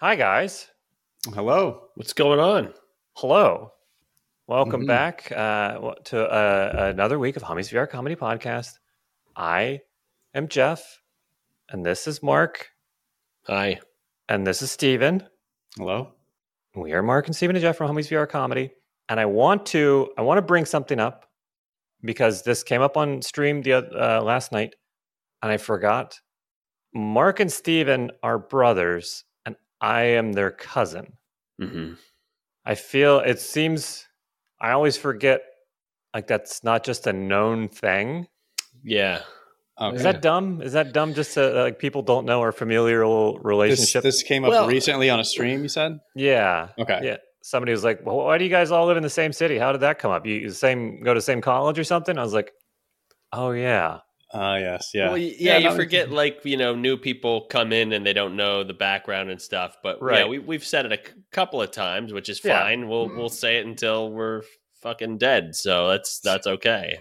Hi, guys. Hello. What's going on? Hello. Welcome Mhm. back uh, wa- to uh, another week of Hummies VR Comedy Podcast. I am Jeff, and this is Mark, Hi. and this is Steven. Hello. We are Mark and Steven and Jeff from Homies VR Comedy. And I want to I want to bring something up because this came up on stream the oth- uh, last night and I forgot. Mark and Steven are brothers and I am their cousin. Mm-hmm. I feel it seems I always forget like that's not just a known thing. Yeah. Oh, Okay. Is that dumb? Is that dumb just to like people don't know our familial this, relationship? this came up Well- recently on a stream, you said? yeah. Okay. Yeah. Somebody was like, well, why do you guys all live in the same city? How did that come up? You you same go to same college or something? I was like, oh yeah. Ah, yes. Yeah. Well, y- yeah, Yeah, you no, forget like, you know, new people come in and they don't know the background and stuff, but yeah, Right. we we've said it a c- couple of times, which is Yeah. fine. We'll we'll say it until we're fucking dead. So that's that's okay.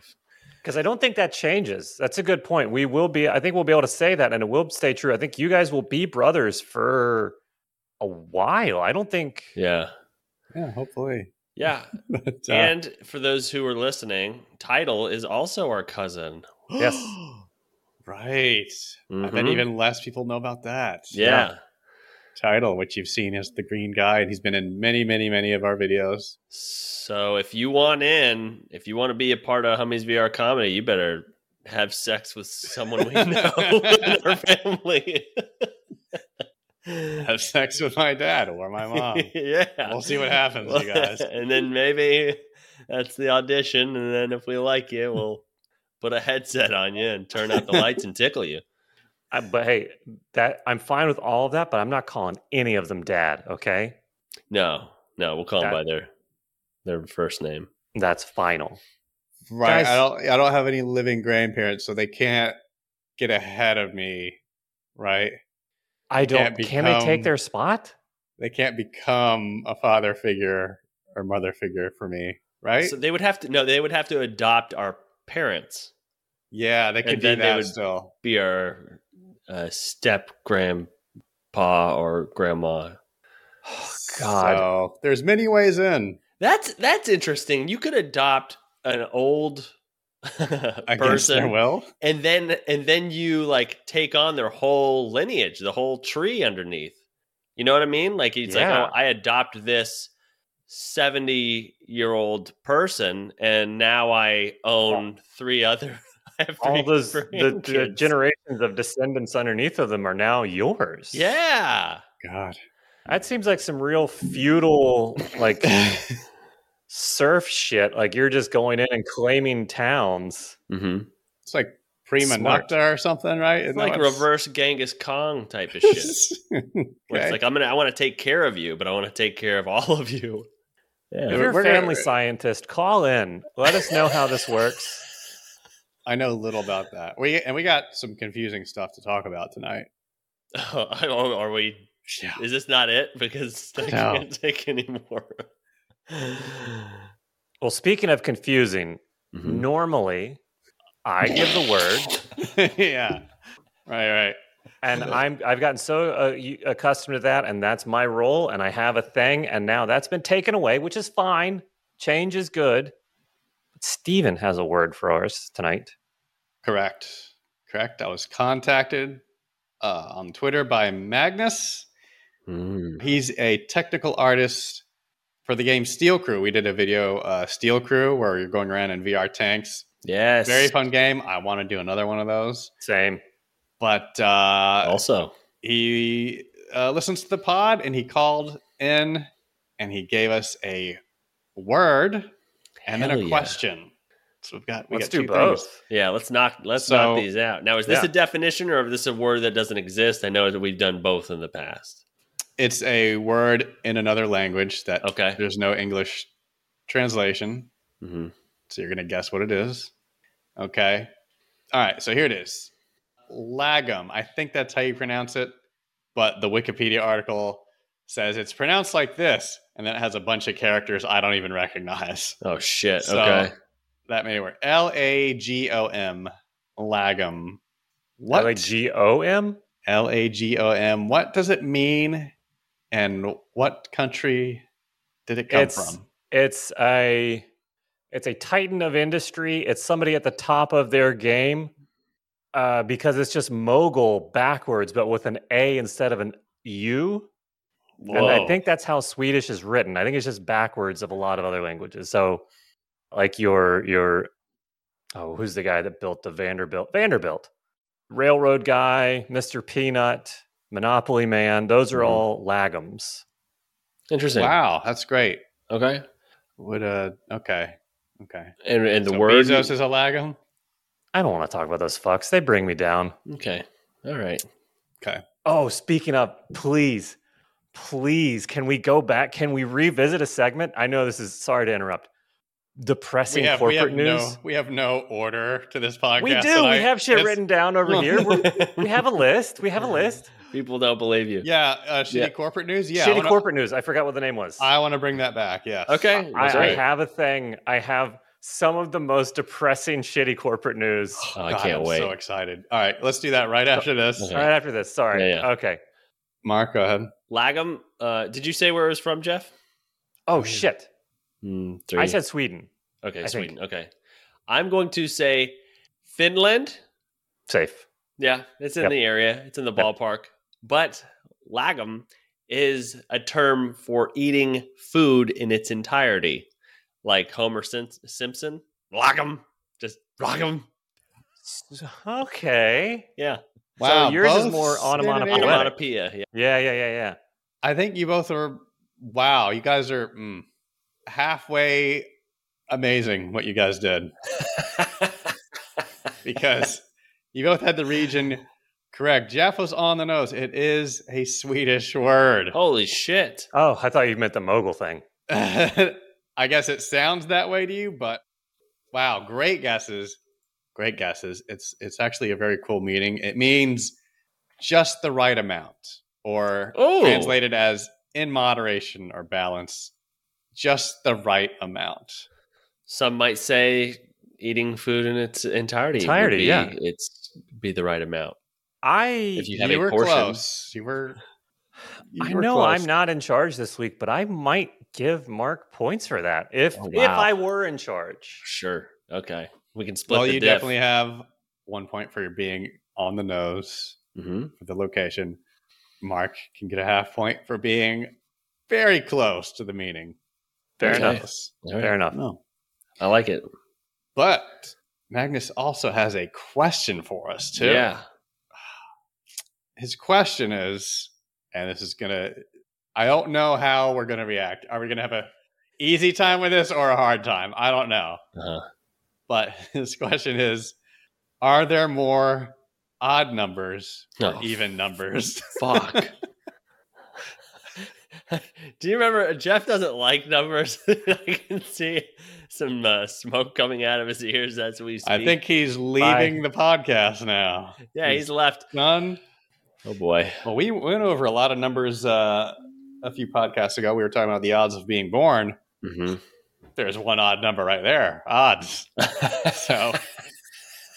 Because I don't think that changes. That's a good point. We will be, I think we'll be able to say that and it will stay true. I think you guys will be brothers for a while. I don't think Yeah. yeah, hopefully. Yeah. But, uh, and for those who are listening, Title is also our cousin. Yes. right. I bet Mhm. even less people know about that. yeah. Title, which you've seen as the green guy, and he's been in many, many, many of our videos. So if you want in, if you want to be a part of Hummies VR comedy, you better have sex with someone we know in our family. Have sex with my dad or my mom. yeah. We'll see what happens, you guys. and then maybe that's the audition. And then if we like you, we'll put a headset on you and turn out the lights and tickle you. I, but hey, that I'm fine with all of that, but I'm not calling any of them dad. Okay, No, no, we'll call them That- by their their first name. that's final. Right. Guys- I don't I don't have any living grandparents, so they can't get ahead of me. Right? I don't. Can't Can they take become- their spot? They can't become a father figure or mother figure for me. Right? So they would have to no, they would have to adopt our parents. yeah, they can and do then they that would- still. be our uh, step grandpa or grandma. God. So there's many ways in. That's that's interesting. You could adopt an old I guess there person, will. and then and then you like take on their whole lineage, the whole tree underneath. You know what I mean? Like it's Yeah. like, oh, I adopt this seventy-year-old person, and now I own three other. I have All three those the, the grandkids. generations of descendants underneath of them are now yours. Yeah. God. that seems like some real feudal like surf shit. Like you're just going in and claiming towns. Mm-hmm. It's like prima Smart. nocta or something, right? It's Isn't that like what's- reverse Genghis Kong type of shit. Where it's Okay. like I'm gonna I want to take care of you, but I want to take care of all of you. If Yeah, you're a we're gonna- family scientist, call in. Let us know how this works. I know little about that. We and we got some confusing stuff to talk about tonight. Oh, I don't- are we? Yeah. Is this not it? Because I No. can't take anymore. Mm-hmm. Well, speaking of confusing, normally I give the word. yeah. Right, right. and I'm I've gotten so uh, y- accustomed to that, and that's my role, and I have a thing, and now that's been taken away, which is fine. Change is good. But Steven has a word for us tonight. Correct. Correct. I was contacted uh, on Twitter by Magnus. Mm-hmm. He's a technical artist for the game Steel Crew. We did a video, uh, Steel Crew, where you're going around in VR tanks. Yes. Very fun game. I want to do another one of those. Same. But uh, Also, he uh, listens to the pod and he called in and he gave us a word and then Hell a yeah. question. So we've got we Let's got do two things. both. yeah. Let's knock let's So- knock these out. Now, is this Yeah. a definition or is this a word that doesn't exist? I know that we've done both in the past. It's a word in another language that Okay. there's no English translation. Mm-hmm. So you're going to guess what it is. Okay. All right. So here it is Lagum. I think that's how you pronounce it. But the Wikipedia article says it's pronounced like this. And then it has a bunch of characters I don't even recognize. Oh shit. So- okay. That made it work. L A G O M. Lagum. What? Like G O M. L A G O M. What does it mean? And what country did it come It's- from? It's a it's a titan of industry. It's somebody at the top of their game uh, because it's just mogul backwards, but with an A instead of an U. And I Whoa. think that's how Swedish is written. I think it's just backwards of a lot of other languages. So, like your your oh, who's the guy that built the Vanderbilt Vanderbilt railroad guy, Mister Peanut, Monopoly Man. Those are Mm-hmm. Mhm. all lagums. Interesting. Wow, that's great. Okay. Would uh okay. Okay. And and the So word Bezos is a lagum? I don't want to talk about those fucks. They bring me down. Okay. All right. Oh, speaking of, please, please, can we go back? Can we revisit a segment? I know this is sorry to interrupt. We Depressing have, we corporate have no news. we have no order to this podcast. we do. tonight. We have shit It's- written down over here. We're, we have a list. We have a list. People don't believe you. Yeah, uh, shitty Yeah. corporate news. Yeah, I Shitty wanna- corporate news. I forgot what the name was. I want to bring that back. Yes. Okay. I, that's I right. have a thing. I have some of the most depressing shitty corporate news. Oh, I God, can't I'm wait. So excited. All right, let's do that right after this. Okay. Right after this. Sorry. Yeah, yeah. Okay. Mark, go ahead. Lagum. Uh, did you say where it was from, Jeff? Oh shit. Mm, I said Sweden. okay. I Sweden. Okay. I'm going to say Finland. Safe. Yeah, it's in Yep. the area. It's in the ballpark. But lagum is a term for eating food in its entirety, like Homer Sim- Simpson. Lagum, just lagum. Okay. Yeah, So yours is both more onomatopoeic. Scandinavian- Poetic. onomatopoeia. Yeah, Yeah, yeah, yeah, yeah. I think you both are. Wow, you guys are mm, halfway amazing. What you guys did because you both had the region correct. Jeff was on the nose. It is a Swedish word. holy shit. Oh, I thought you meant the mogul thing. I guess it sounds that way to you, but wow, great guesses. Great guesses. It's it's actually a very cool meaning. It means just the right amount or Oh. translated as in moderation or balance, just the right amount. Some might say eating food in its entirety. would Entirety, be- yeah. it's be the right amount. I If you have you a were portion, close. You were you I were know close. I'm not in charge this week, but I might give Mark points for that if Oh, if wow. I were in charge. sure. Okay, we can split. Well, the you diff. definitely have one point for your being on the nose. Mhm. for the location. Mark can get a half point for being very close to the meaning. Fair Okay. enough. All right. Fair enough. No. I like it. But Magnus also has a question for us, too. Yeah. His question is, and this is going to, I don't know how we're going to react. Are we going to have a easy time with this or a hard time? I don't know. Uh-huh. But his question is, are there more odd numbers or Oh, even numbers? Fuck. Do you remember Jeff doesn't like numbers? I can see some uh, smoke coming out of his ears as we speak. I think he's leaving the podcast now. yeah, he's left. None. Oh boy. Well, we went over a lot of numbers uh, a few podcasts ago. We were talking about the odds of being born. Mm-hmm. There's one odd number right there. Odds. So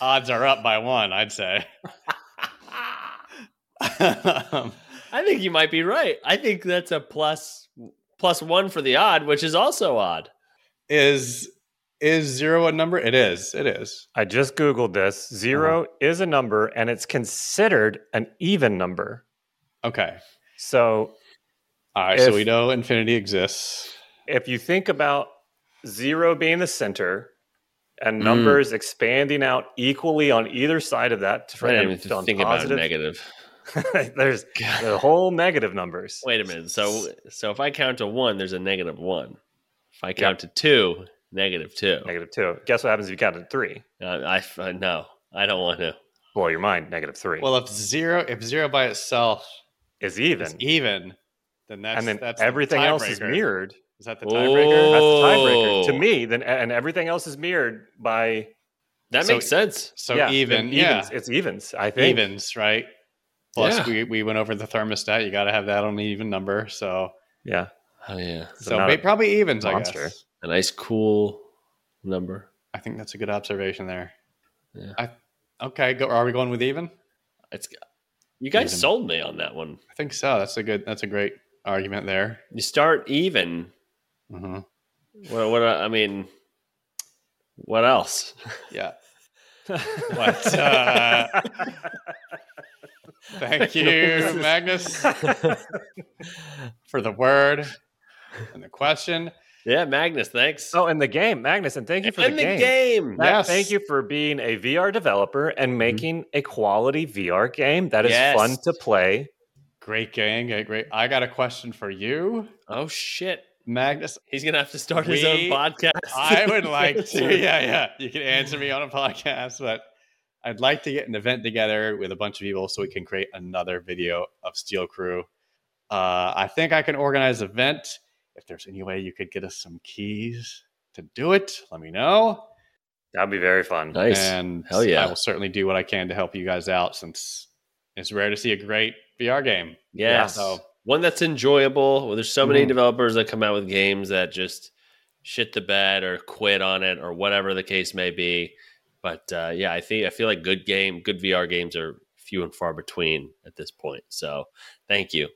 odds are up by one, I'd say. um, I think you might be right. I think that's a plus plus one for the odd, which is also odd. is is zero a number? It is. It is. I just googled this. 0 is a number, and it's considered an even number. Okay. So All right. If- so we know infinity exists. if you think about zero being the center and Mm. numbers expanding out equally on either side of that I didn't and even on think about positive, negative. there's the whole negative numbers. Wait a minute. So so if I count to one, there's a negative one. If I count to two, negative two. Negative two. Guess what happens if you count to three? Uh, I f- uh, no, I don't want to. Blow your mind. Negative three Well, if zero, if zero by itself is even, is even, then that's and then that's the everything else is tiebreaker. mirrored. Is that the Oh. tiebreaker? That's the tiebreaker to Oh. me. Then and everything else is mirrored by That So- makes sense. So yeah, then even, yeah. evens. It's evens. I think. evens, right? Plus, Yeah. we, we went over the thermostat. You got to have that on the even number. So, Yeah. Oh yeah, So so not may- a probably evens, I monster. guess. a nice cool number. I think that's a good observation there. Yeah. I, okay, go, are we going with even? It's you guys Even. sold me on that one. I think so. That's a good. That's a great argument there. You start even. Mhm. What? What? I mean, what else? Yeah. What, uh, Thank you, Magnus, for the word and the question. Yeah, Magnus. Thanks. oh, and the game, Magnus, and thank you for and the, game. game. Matt, Yes. Thank you for being a VR developer and making a quality VR game that is Yes. fun to play. Great gang. eh, Great. I got a question for you, Oh shit. Magnus. He's gonna have to start his We- own podcast. I would like to. Yeah, yeah. You can answer me on a podcast, but I'd like to get an event together with a bunch of people so we can create another video of Steel Crew. Uh, I think I can organize an event. If there's any way you could get us some keys to do it, let me know. That'd be very fun. nice. And Hell yeah. I will certainly do what I can to help you guys out since it's rare to see a great VR game. Yeah, yes. so- One that's enjoyable. Well, there's so many Mm-hmm. Mhm. developers that come out with games that just shit the bed or quit on it or whatever the case may be. But uh, yeah, I think I feel like good game, good VR games are few and far between at this point. So thank you.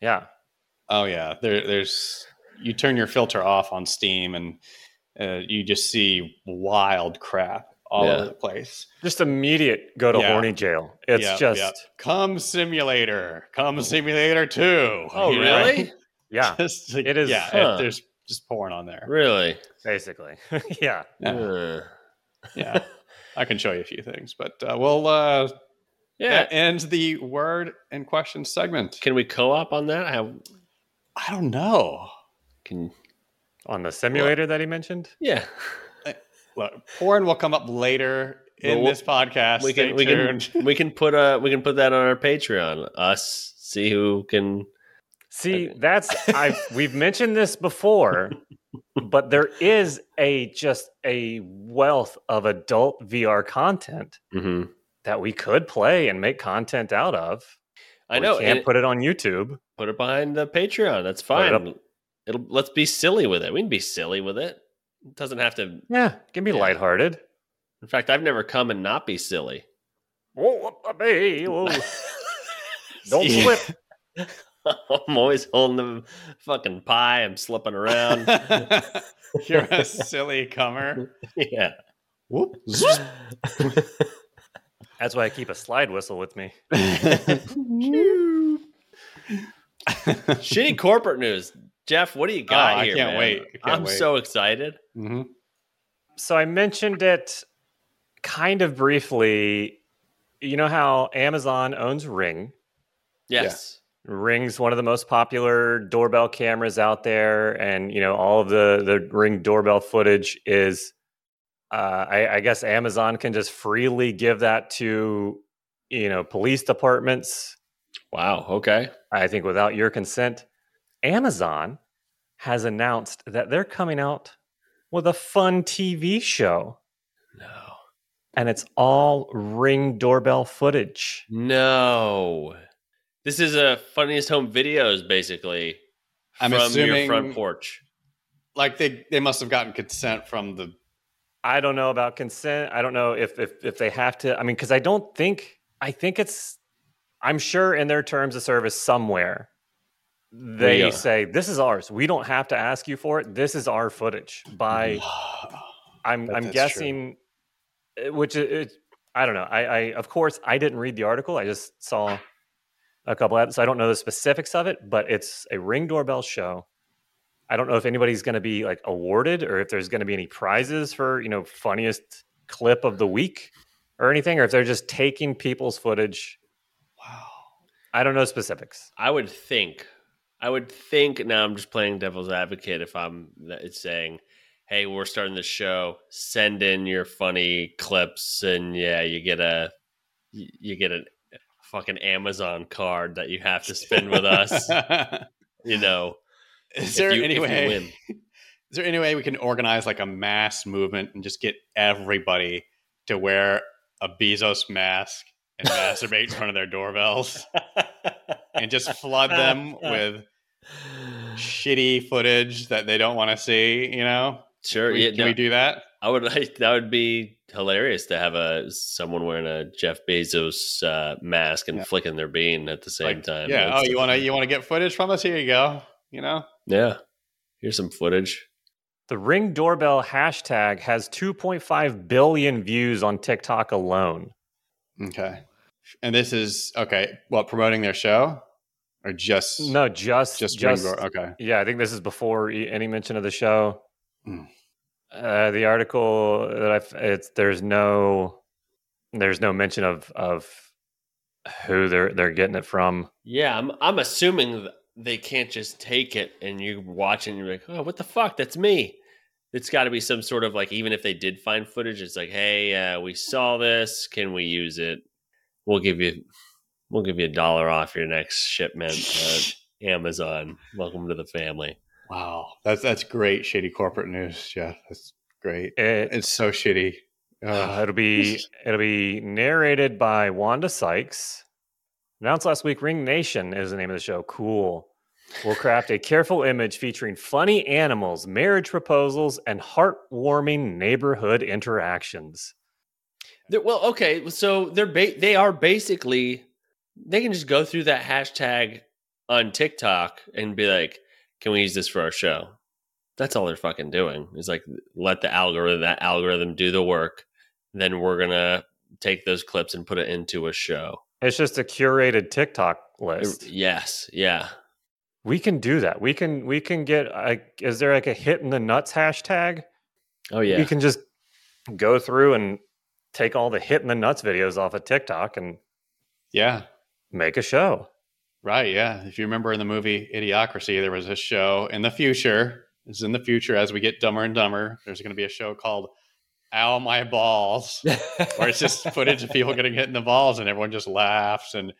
Yeah. Oh yeah, there, there's you turn your filter off on Steam and uh, you just see wild crap all Yeah. over the place. Just immediate go to Yeah. horny jail. It's Yeah, just, yeah. come simulator, come simulator two. Oh you know? really? yeah, Just like- It is- Yeah, Huh. it- there's just pouring on there. Really? basically. yeah. Yeah, Uh, yeah. I can show you a few things, but uh, we'll. Uh, yeah. That ends the word and question segment. Can we co-op on that? I have, I don't know. can On the simulator that he mentioned. yeah. Look, porn will come up later in Well, this podcast. we Stay can we tuned. can we can put a we can put that on our Patreon. Us see who can See, Okay. that's I we've mentioned this before, but there is a just a wealth of adult VR content Mhm. that we could play and make content out of. I We know can't and put, put it on YouTube. it behind the Patreon. That's Put it up. fine. It'll let's be silly with it. We can be silly with it. It doesn't have to Yeah, can be Yeah. lighthearted. in fact I've never come and not be silly. Whoa, uh, hey, whoa. Don't See? slip. I'm always holding the fucking pie. I'm slipping around. Um, You're a silly comer. yeah. Whoop. That's why I keep a slide whistle with me. Shitty corporate news. Jeff, what do you got Oh, I here? can't man? wait. I can't I'm wait. so excited. Mhm. So I mentioned it kind of briefly. You know how Amazon owns Ring? Yes. Ring's one of the most popular doorbell cameras out there, and you know all of the the Ring doorbell footage is. Uh, I, I guess Amazon can just freely give that to you know police departments. Wow. Okay. I think without your consent, Amazon has announced that they're coming out with a fun TV show, No. and it's all Ring doorbell footage. No. This is a funniest home videos, basically. I'm from your assuming- front porch. Like they, they must have gotten consent from the. I don't know about consent. I don't know if if if they have to. I mean, because I don't think I think it's. I'm sure in their terms of service somewhere, they Yeah. say this is ours. We don't have to ask you for it. This is our footage. By I'm Bet I'm that's guessing, uh, which i- it, I don't know. I, I of course I didn't read the article. I just saw a couple of so I don't know the specifics of it, but it's a ring doorbell show. I don't know if anybody's going to be like awarded or if there's going to be any prizes for you know funniest clip of the week or anything, or if they're just taking people's footage. Wow. I don't know specifics. I would think. I would think now I'm just playing devil's advocate if I'm that it's saying, hey, we're starting the show, send in your funny clips and yeah, you get a you you get a fucking Amazon card that you have to spend with us, you know. Is if there you- if any you way? win. Is there any way we can organize like a mass movement and just get everybody to wear a Bezos mask and masturbate in front of their doorbells and just flood them with shitty footage that they don't want to see? You know, Sure. We- yeah, can no, we do that? I would like that would be hilarious to have a someone wearing a Jeff Bezos uh, mask and Yeah. flicking their bean at the same Like, time. yeah. That's- oh, you want to you want to get footage from us? Here you go. You know. yeah. Here's some footage. The Ring doorbell hashtag has 2.5 billion views on TikTok alone. Okay. And this is okay. What promoting their show, or just No, just just, just, Ring Dor- okay. yeah. I think this is before e- any mention of the show. Mm. Uh, the article that I f- it's there's no there's no mention of of who they're they're getting it from. Yeah, I'm I'm assuming th- they can't just take it and you watch it and you're like, oh, what the fuck? That's me. It's got to be some sort of like, even if they did find footage, it's like, hey, uh, we saw this. Can we use it? We'll give you, we'll give you a dollar off your next shipment. Uh, Amazon, welcome to the family. Wow, that's that's great. Shitty corporate news, Jeff. That's great. It, It's so shitty. Uh, Ugh. it'll be it'll be narrated by Wanda Sykes. Announced last week, Ring Nation is the name of the show. Cool. We'll craft a careful image featuring funny animals, marriage proposals, and heartwarming neighborhood interactions. They're- well, okay, so they're ba- they are basically they can just go through that hashtag on TikTok and be like, "Can we use this for our show?" That's all they're fucking doing. Is like let the algorithm that algorithm do the work, then we're gonna take those clips and put it into a show. It's just a curated TikTok list. Yes, yeah. We can do that. We can we can get like is there like a hit in the nuts hashtag? Oh You can just go through and take all the hit in the nuts videos off of TikTok and yeah, make a show. right. Yeah, if you remember in the movie Idiocracy, there was a show in the future. It's in the future as we get dumber and dumber. There's going to be a show called "Ow My Balls," where it's just footage of people getting hit in the balls, and everyone just laughs. And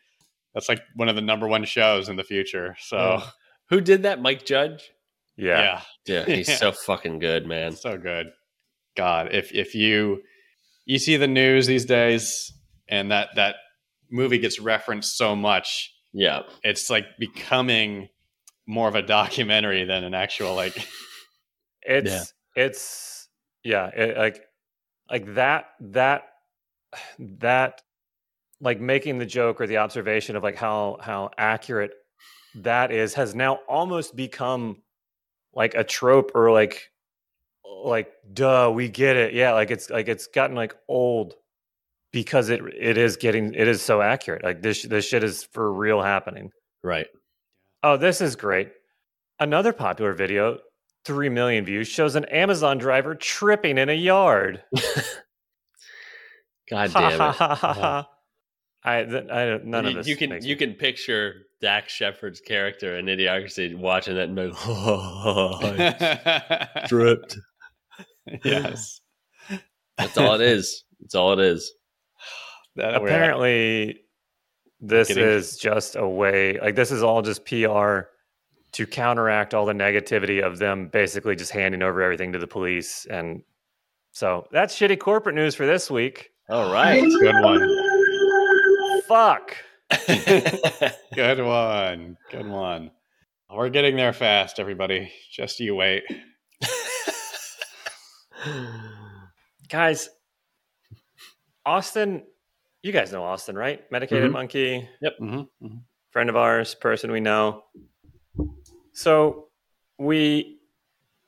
that's like one of the number one shows in the future. So Who did that? Mike Judge. Yeah. yeah. Mm, Yeah, he's Yeah. so fucking good, man. so good. God, if if you you see the news these days and that that movie gets referenced so much, Yeah, it's like becoming more of a documentary than an actual like it's it's yeah it, like like that that that like making the joke or the observation of like how how accurate that is has now almost become like a trope or like like duh we get it yeah like it's like it's gotten like old because it it is getting it is so accurate like this this shit is for real happening right. Oh, this is great. Another popular video, 3 million views, shows an Amazon driver tripping in a yard. God Ha damn ha it. ha ha ha. I, th- I don't, none you, of this. you can makes you me- can picture Dax Shepard's character in Idiocracy watching that and being, like, dripped. yes. That's all it is. That's all it is. That we're- Apparently, this Kidding. is just a way, like, this is all just PR to counteract all the negativity of them basically just handing over everything to the police. And so that's shitty corporate news for this week. All right. That's a good one. Fuck. Good one. Good one. We're getting there fast, everybody. Just you wait. guys austin you guys know austin right medicated Mhm. monkey Mhm, mhm. friend of ours person we know so we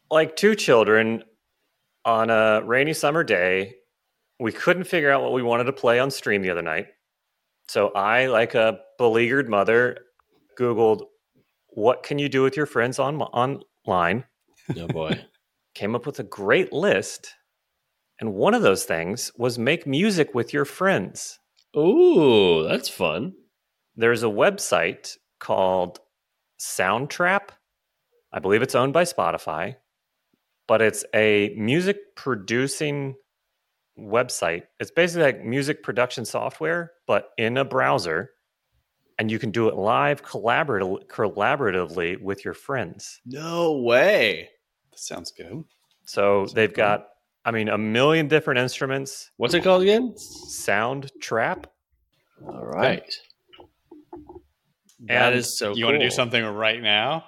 like two children on a rainy summer day we couldn't figure out what we wanted to play on stream the other night so i like a beleaguered mother googled what can you do with your friends on online oh boy. came up with a great list. And one of those things was make music with your friends. Ooh, that's fun. There's a website called Soundtrap. I believe it's owned by Spotify, but it's a music producing website. It's basically like music production software, but in a browser. And you can do it live collaborat- collaboratively with your friends. No way. That sounds good. So Sounds they've fun. got, I mean, a million different instruments. What's it called again? sound trap. All right. And That is so you want to do cool. something right now?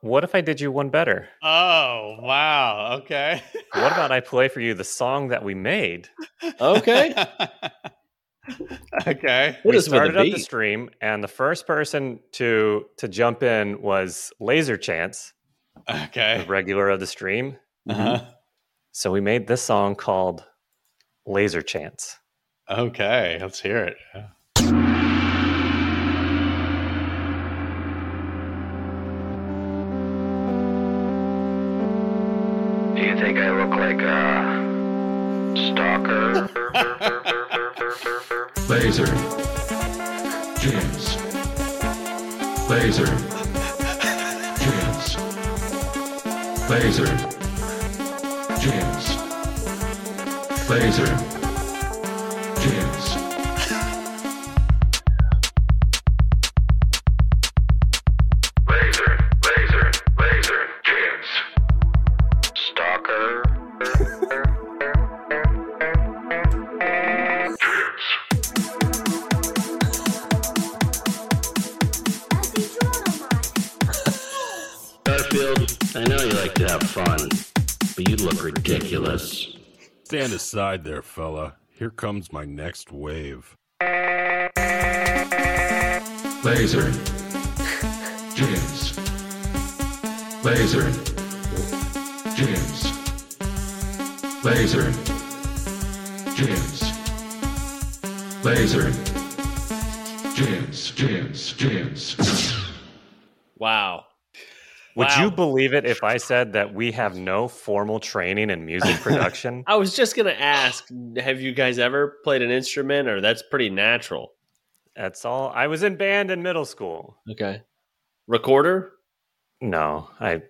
What if I did you one better? Oh, wow. Okay. What about I play for you the song that we made? Okay. okay. What we is with started the up the beat? stream, and the first person to to jump in was Laser Chance, the Okay. regular of the stream. Uh-huh. So we made this song called Laser Chance. Okay. Let's hear it. Yeah. Do you think I look like a stalker? Laser. Chance. Laser. Chance. Laser. Chance. Laser. Chance. laser, laser, laser, chance. Stalker. Garfield, I know you like to have fun, but you look ridiculous. Stand aside there, fella. Here comes my next wave. Laser. Chance. Laser. Chance. Laser. Chance. Laser. Chance. Chance. Chance. Wow. Would Wow. you believe it if I said that we have no formal training in music production? I was just gonna ask, have you guys ever played an instrument, or that's pretty natural? That's all. I was in band in middle school. Okay. Recorder? No, I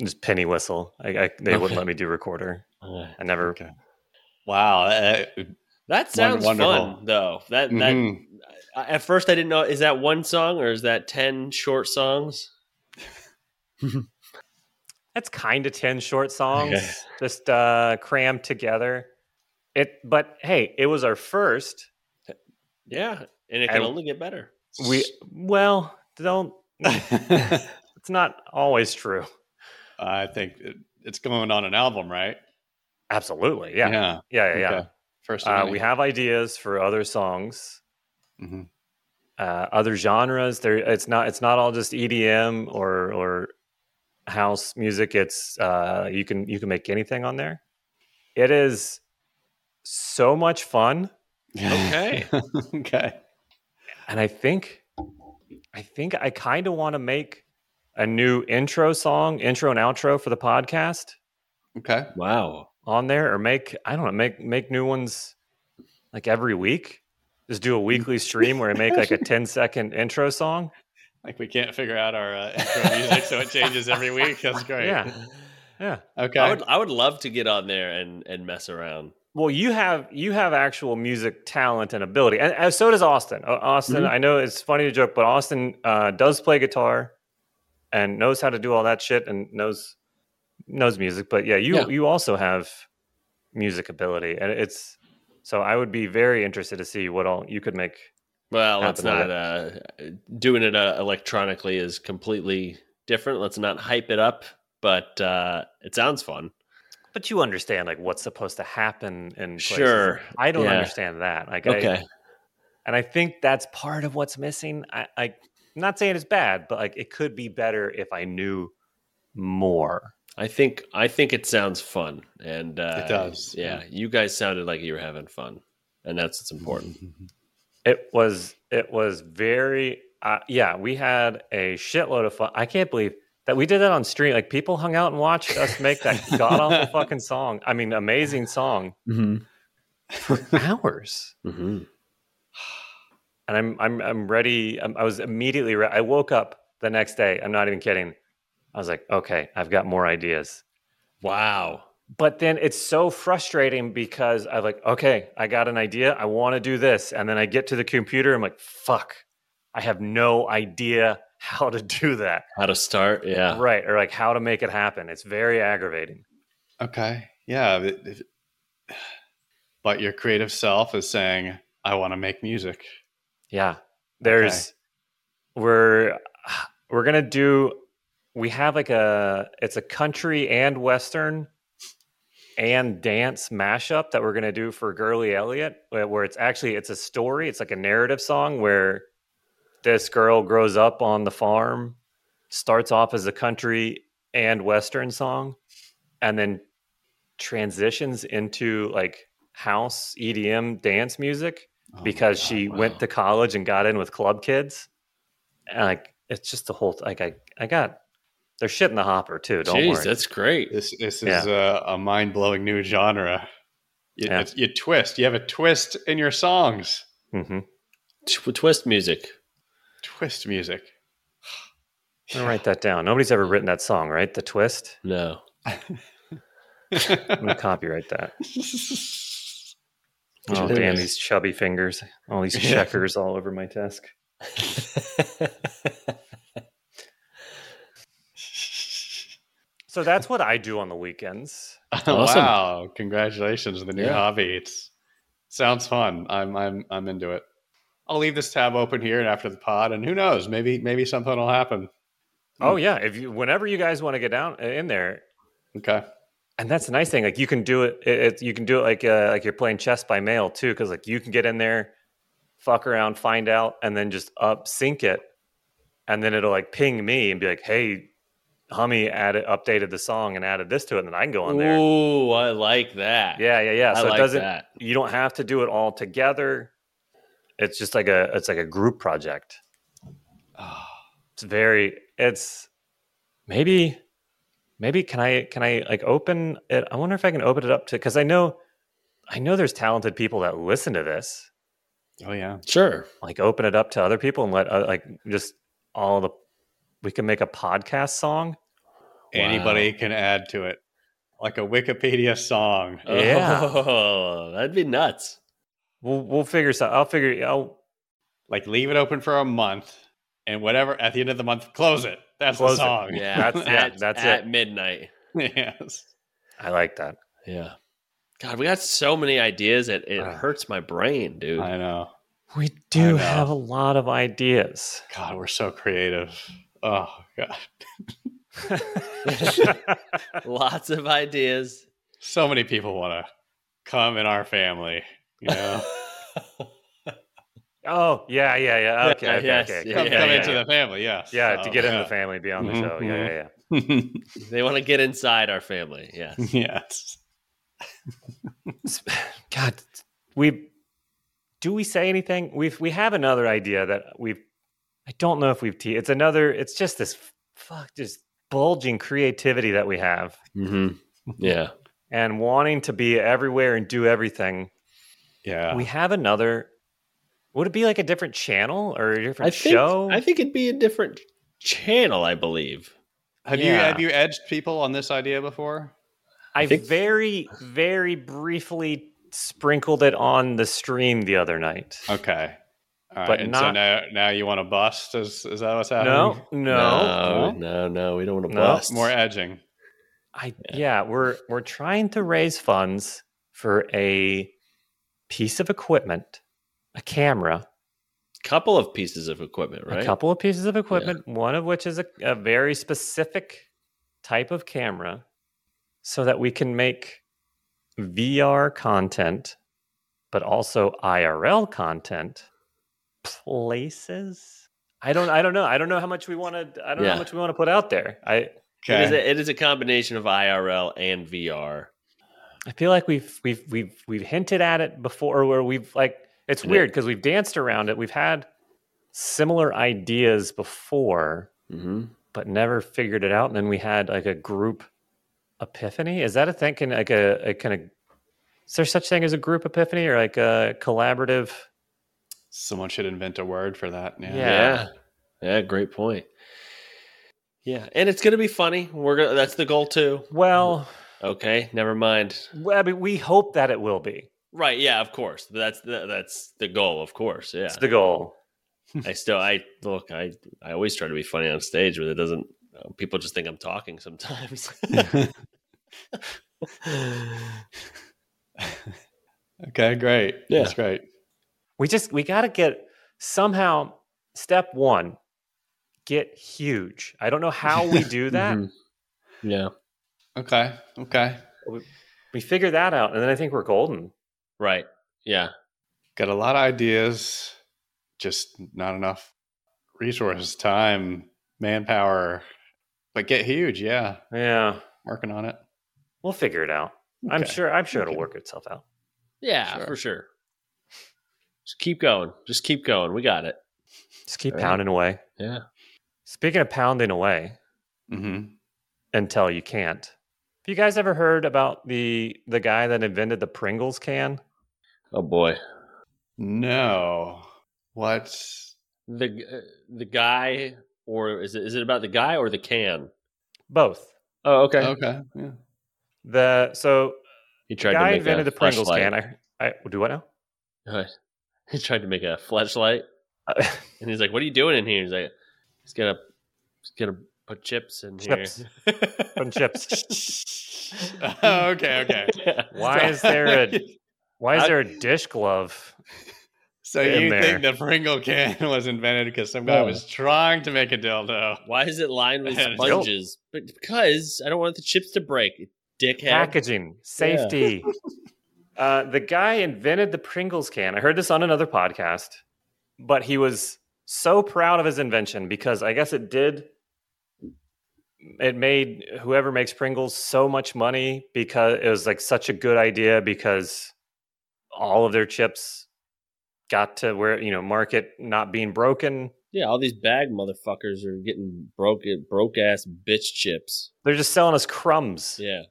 just penny whistle. I, I, they wouldn't Okay. let me do recorder. Okay. I never. Okay. Wow. uh, That sounds wonderful. fun, though. That that mhm. I- at first I didn't know is that one song or is that ten short songs? That's kind of ten short songs, Okay. just uh, crammed together. It, but hey, it was our first. Yeah, and it can I- only get better. We well, don't. It's not always true. I think it, it's going on an album, right? Absolutely, yeah, yeah, Yeah. yeah, yeah. Okay. First, of Uh, many. we have ideas for other songs, Mhm. uh, other genres. There, it's not it's not all just EDM or or house music. It's uh, you can you can make anything on there. It is so much fun, Okay. okay. and I think I think I kind of want to make a new intro song, intro and outro for the podcast Okay. Wow. on there, or make I don't know make make new ones like every week. Just do a weekly stream where I make like a 10 second intro song. Like we can't figure out our uh, intro music, so it changes every week. That's great. Yeah. Yeah. Okay. I would I would love to get on there and and mess around. Well, you have you have actual music talent and ability, and, and so does Austin. Uh, Austin, I know it's funny to joke, but Austin uh, does play guitar and knows how to do all that shit and knows knows music. But yeah, you Yeah. you also have music ability, and it's so I would be very interested to see what all you could make. Well, let's Happen not uh, doing it uh, electronically is completely different. Let's not hype it up, but uh, it sounds fun. But you understand like what's supposed to happen and Sure. I don't Yeah. understand that. Like I, Okay. And I think that's part of what's missing. I, I I'm not saying it's bad, but like it could be better if I knew more. I think I think it sounds fun, and uh, does, Yeah, you guys sounded like you were having fun, and that's what's important. It was it was very uh, yeah. We had a shitload of fun. I can't believe that we did that on stream. Like people hung out and watched us make that god awful fucking song. I mean, amazing song Mm-hmm. for hours. Mm-hmm. and I'm I'm I'm ready. I'm, I was immediately ready. I woke up the next day. I'm not even kidding. I was like, okay, I've got more ideas. Wow. But then it's so frustrating because I'm like, okay, I got an idea. I want to do this, and then I get to the computer. I'm like, fuck, I have no idea how to do that. How to start? Yeah. Right, or like how to make it happen. It's very aggravating. Okay. Yeah. but if- but your creative self is saying, I want to make music. Yeah. There's we're we're gonna do we have like a it's a country and western and dance mashup that we're gonna do for Girly Elliot, where where it's actually it's a story, it's like a narrative song where this girl grows up on the farm, starts off as a country and western song, and then transitions into like house EDM dance music Oh my because God, she wow. went to college and got in with club kids. And like it's just the whole like I I got there's shit in the hopper too. Don't Jeez, worry. that's great. This this Yeah. is a, a mind blowing new genre. You, Yeah. it's- you twist. You have a twist in your songs. mm-hmm. Tw- twist music. Twist music. I'm gonna write that down. Nobody's ever written that song, right? The twist. No. I'm gonna copyright that. Oh There it damn, is. these chubby fingers, all these Yeah. checkers all over my desk. So that's what I do on the weekends. Awesome. Wow! Congratulations on the new Yeah. hobby. It's sounds fun. I'm I'm I'm into it. I'll leave this tab open here and after the pod, and who knows? Maybe maybe something will happen. Oh yeah, if you whenever you guys want to get down uh, in there, Okay. and that's the nice thing. Like you can do it, it, it- you can do it like uh, like you're playing chess by mail too, because like you can get in there, fuck around, find out, and then just up sync it, and then it'll like ping me and be like, hey, Hummy added updated the song and added this to it, and then I can go on there. Ooh, I like that. Yeah, yeah, yeah. I So like it doesn't. that. You don't have to do it all together. It's just like a it's like a group project. Ah. It's very it's maybe maybe can I can I like open it? I wonder if I can open it up to because I know I know there's talented people that listen to this. Oh yeah. Sure. Like open it up to other people and let uh, like just all the we can make a podcast song. Anybody can add to it, like a Wikipedia song. Yeah. Oh, that'd be nuts. We'll we'll figure some. I'll figure. I'll Like leave it open for a month, and whatever at the end of the month, close it. That's Close it. the song. Yeah. That's- yeah, at, that's at it. midnight. yes. I like that. Yeah. God, we got so many ideas that it Uh. Ah. hurts my brain, dude. I know. We I know. do have a lot of ideas. God, we're so creative. Oh god, Lots of ideas. so many people want to come in our family. You know. Oh yeah, yeah, yeah. Okay, Yeah, okay, yes, okay. yeah, yeah, yeah, come, come Oh, Mm-hmm, into the family. Yes. Oh, yeah, to get in the family. family, be on the Mhm, show. Yeah, mhm. yeah, yeah. They want to get inside our family. Yes. yes. God, we do we say anything? We've we have another idea that we've. I don't know if we've. Te- it's another. It's just this f- fuck, just bulging creativity that we have, Mm-hmm. Yeah. and wanting to be everywhere and do everything. Yeah. We have another. Would it be like a different channel or a different I think show? I think it'd be a different channel, I believe. have you yeah. have you edged people on this idea before? I think- very, very briefly sprinkled it on the stream the other night. Okay. All right. But and so not- now now you want to bust? Is is that what's happening? No, no, no, no, no, we don't want to No. bust. More edging. I yeah. we're we're trying to raise funds for a piece of equipment, a camera, couple of pieces of equipment, right? a couple of pieces of equipment, one of which is a, a very specific type of camera, so that we can make VR content, but also IRL content. Places. I don't. I don't know. I don't know how much we want to. I don't know Yeah. how much we want to put out there. I. It is, Okay. a, it is a combination of IRL and VR. I feel like we've we've we've we've hinted at it before, where we've like it's Yeah. weird because we've danced around it. We've had similar ideas before, Mm-hmm. but never figured it out. And then we had like a group epiphany. Is that a thing? Can like a, a kind of is there such thing as a group epiphany or like a collaborative? Someone should invent a word for that. Yeah. Yeah. Yeah. Yeah, great point. Yeah, and it's gonna be funny. We're gonna that's the goal too. Well, Okay, never mind. I mean, we hope that it will be. Right, yeah, of course. That's the, that's the goal, of course. Yeah. It's the goal. I still I look, I I always try to be funny on stage, but it doesn't uh, people just think I'm talking sometimes. Okay. Great. Yeah. That's great. We just we got to get somehow step 1 get huge. I don't know how we do that. Mhm. Yeah. Okay. Okay. We figure that out, and then I think we're golden. Right. Yeah. Got a lot of ideas, just not enough resources, time, manpower. But get huge, yeah. Yeah, Working on it. we'll figure it out. I'm Okay. sure. I'm sure Okay. it'll work itself out. Yeah, Sure. for sure. Just keep going. Just keep going. We got it. Just keep All right. pounding away. Yeah. Speaking of pounding away Mm-hmm. until you can't. Have you guys ever heard about the the guy that invented the Pringles can? Oh boy. No. What? The g- uh, the guy or is it is it about the guy or the can? Both. Oh, okay. Okay. Yeah. The so He the tried to guy make invented a the Pringles fleshlight. can. I, I do what now? He tried to make a flashlight, Uh, and he's like, "What are you doing in here?" He's like, "He's gonna, he's gonna put chips in Chips. here." Put chips. Oh, okay. Okay. Why is there a why is there a dish glove? So in you there? think the Pringle can was invented because some guy No. was trying to make a dildo? Why is it lined with Nope. sponges? But because I don't want the chips to break, dickhead. Packaging, safety. uh, the guy invented the Pringles can. I heard this on another podcast, but he was so proud of his invention because I guess it did. It made whoever makes Pringles so much money because it was like such a good idea because all of their chips got to where you know market not being broken. Yeah, all these bag motherfuckers are getting broke, broke ass bitch chips. They're just selling us crumbs. Yeah,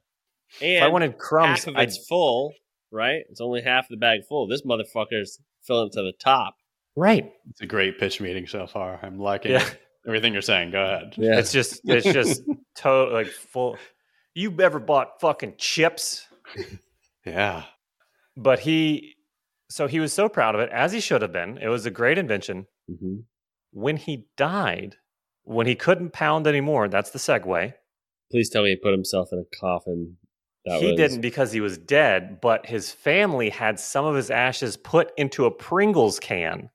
If I and wanted crumbs, half of I'd it's full. Right, it's only half the bag full. This motherfucker's filling to the top. right. It's a great pitch meeting so far. I'm liking Yeah. everything you're saying. Go ahead. Yeah, It's just it's just to like full. You ever bought fucking chips? Yeah. But he, so he was so proud of it as he should have been. It was a great invention. Mhm. When he died, when he couldn't pound anymore, that's the segue. Please tell me he put himself in a coffin. That he was- didn't because he was dead, but his family had some of his ashes put into a Pringles can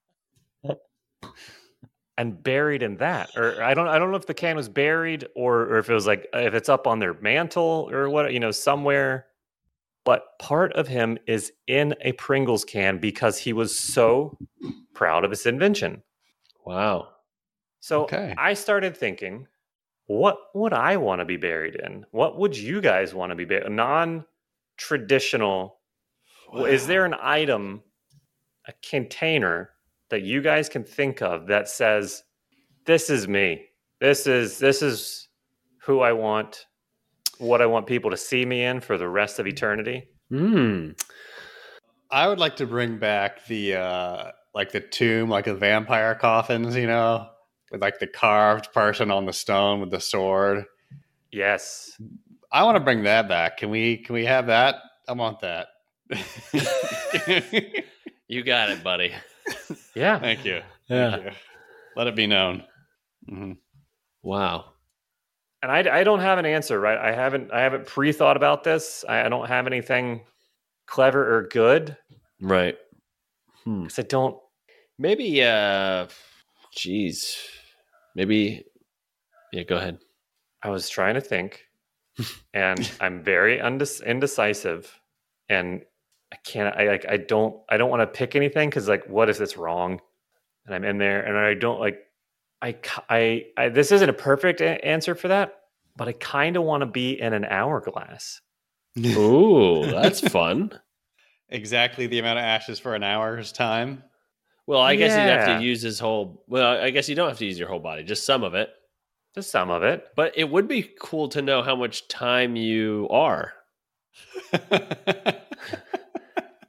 and buried in that. Or I don't I don't know if the can was buried or or if it was like if it's up on their mantle or what, you know, somewhere. But part of him is in a Pringles can because he was so proud of his invention. Wow. So Okay. I started thinking, what would I want to be buried in? What would you guys want to be buried? Non traditional. Is there an item, a container that you guys can think of that says, this is me. This is this is who I want, what I want people to see me in for the rest of eternity. Hmm. I would like to bring back the uh like the tomb, like the vampire coffins, you know, with like the carved person on the stone with the sword. Yes. I want to bring that back. Can we can we have that? I want that. You got it, buddy. Yeah. Thank you. Yeah. Thank you. Let it be known. Mhm. Wow. and I, I don't have an answer right i haven't i haven't pre-thought about this i, I don't have anything clever or good Right. 'cause i don't Maybe uh jeez. Maybe yeah, go ahead. i was trying to think and i'm very undec- indecisive and i can't i like i don't i don't want to pick anything because like what if it's wrong and i'm in there and i don't like i ki- i, I this isn't a perfect a- answer for that but i kind of want to be in an hourglass Ooh, that's fun. Exactly the amount of ashes for an hour's time. Well, I guess you'd have Yeah. to use his whole well, I guess you don't have to use your whole body, just some of it. just some of it But it would be cool to know how much time you are.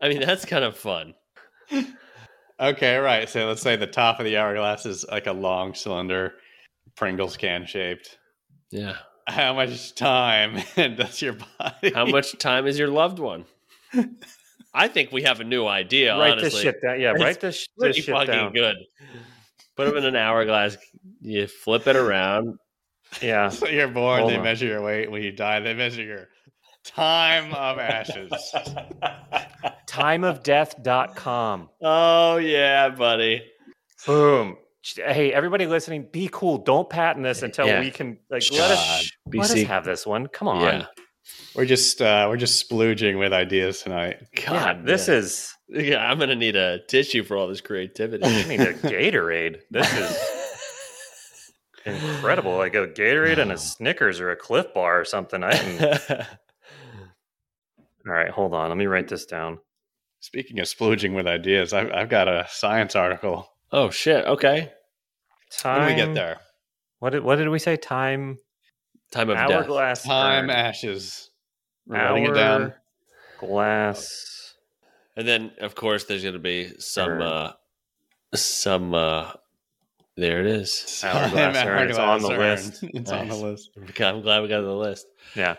I mean, that's kind of fun. Okay, right. So let's say the top of the hourglass is like a long cylinder, Pringles can shaped. Yeah. How much time does your body? How much time is your loved one? I think we have a new idea, write honestly. this shit down yeah It's write this, sh- this pretty shit fucking down good. Put them in an hourglass. You flip it around. yeah So you're born, Hold they on. measure your weight. When you die, they measure your time of ashes. timeofdeath.com. Oh yeah, buddy. Boom. hey, everybody listening, be cool. Don't patent this until Yeah. we can like let us God, let us BC. have this one. Come on. Yeah. We're just uh, we're just splooging with ideas tonight. God, this yeah. is yeah. I'm gonna need a tissue for all this I creativity. need a Gatorade. This is incredible. Like a Gatorade and a Snickers or a Cliff Bar or something. I am- all right, hold on. Let me write this down. Speaking of splooging with ideas, I've, I've got a science article. oh shit. Okay. Time. When do we get there? What did, what did we say? Time. Time of death. Hourglass. Time urn, ashes. Writing it down. Glass. And then, of course, there's going to be some, Sure. uh, some, uh, there it is. Hourglass Time urn, it's on the hourglass list. urn. It's on the Nice. list. I'm glad we got it on the list. Yeah.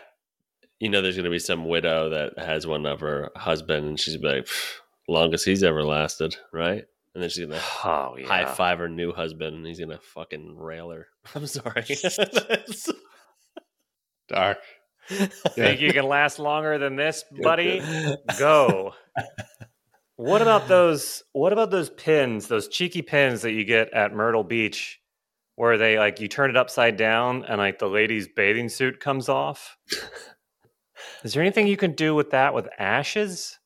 You know, there's going to be some widow that has one of her husband, and she's like, "Pff, longest he's ever lasted, right? And then she's going to Oh yeah. high five her new husband, and he's going to fucking rail her. I'm sorry. That's- Dark. Think you can last longer than this, buddy? Go. What about those? What about those pins? Those cheeky pins that you get at Myrtle Beach, where they like you turn it upside down and like the lady's bathing suit comes off. Is there anything you can do with that with ashes?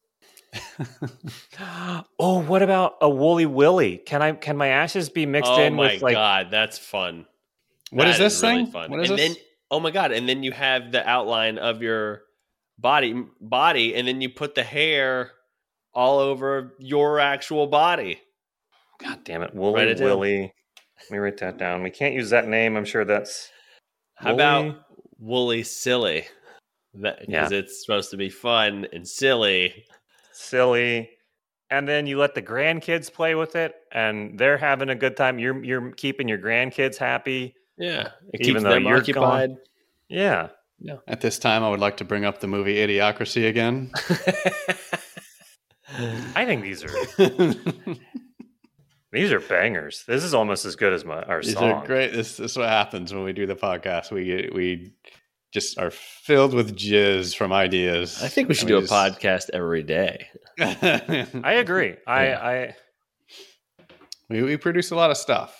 oh, what about a woolly willy? Can I? Can my ashes be mixed oh in my with like? God. That's fun. What That is this really thing? fun. What is and this? then oh my god, and then you have the outline of your body body and then you put the hair all over your actual body. God damn it, Write woolly it down. willy. Let me write that down. We can't use that name. I'm sure that's. How Woolly- about woolly silly? That Yeah. because it's supposed to be fun and silly. silly. And then you let the grandkids play with it, and they're having a good time. You're you're keeping your grandkids happy. Yeah. It Even keeps though them you're occupied. Yeah, At this time, I would like to bring up the movie Idiocracy again. I think these are these are bangers. This is almost as good as my our These song. are great. This, this is what happens when we do the podcast. We get, we just are filled with jizz from ideas. I think we should And do a podcast every day. just- I agree. I Yeah. I we, we produce a lot of stuff.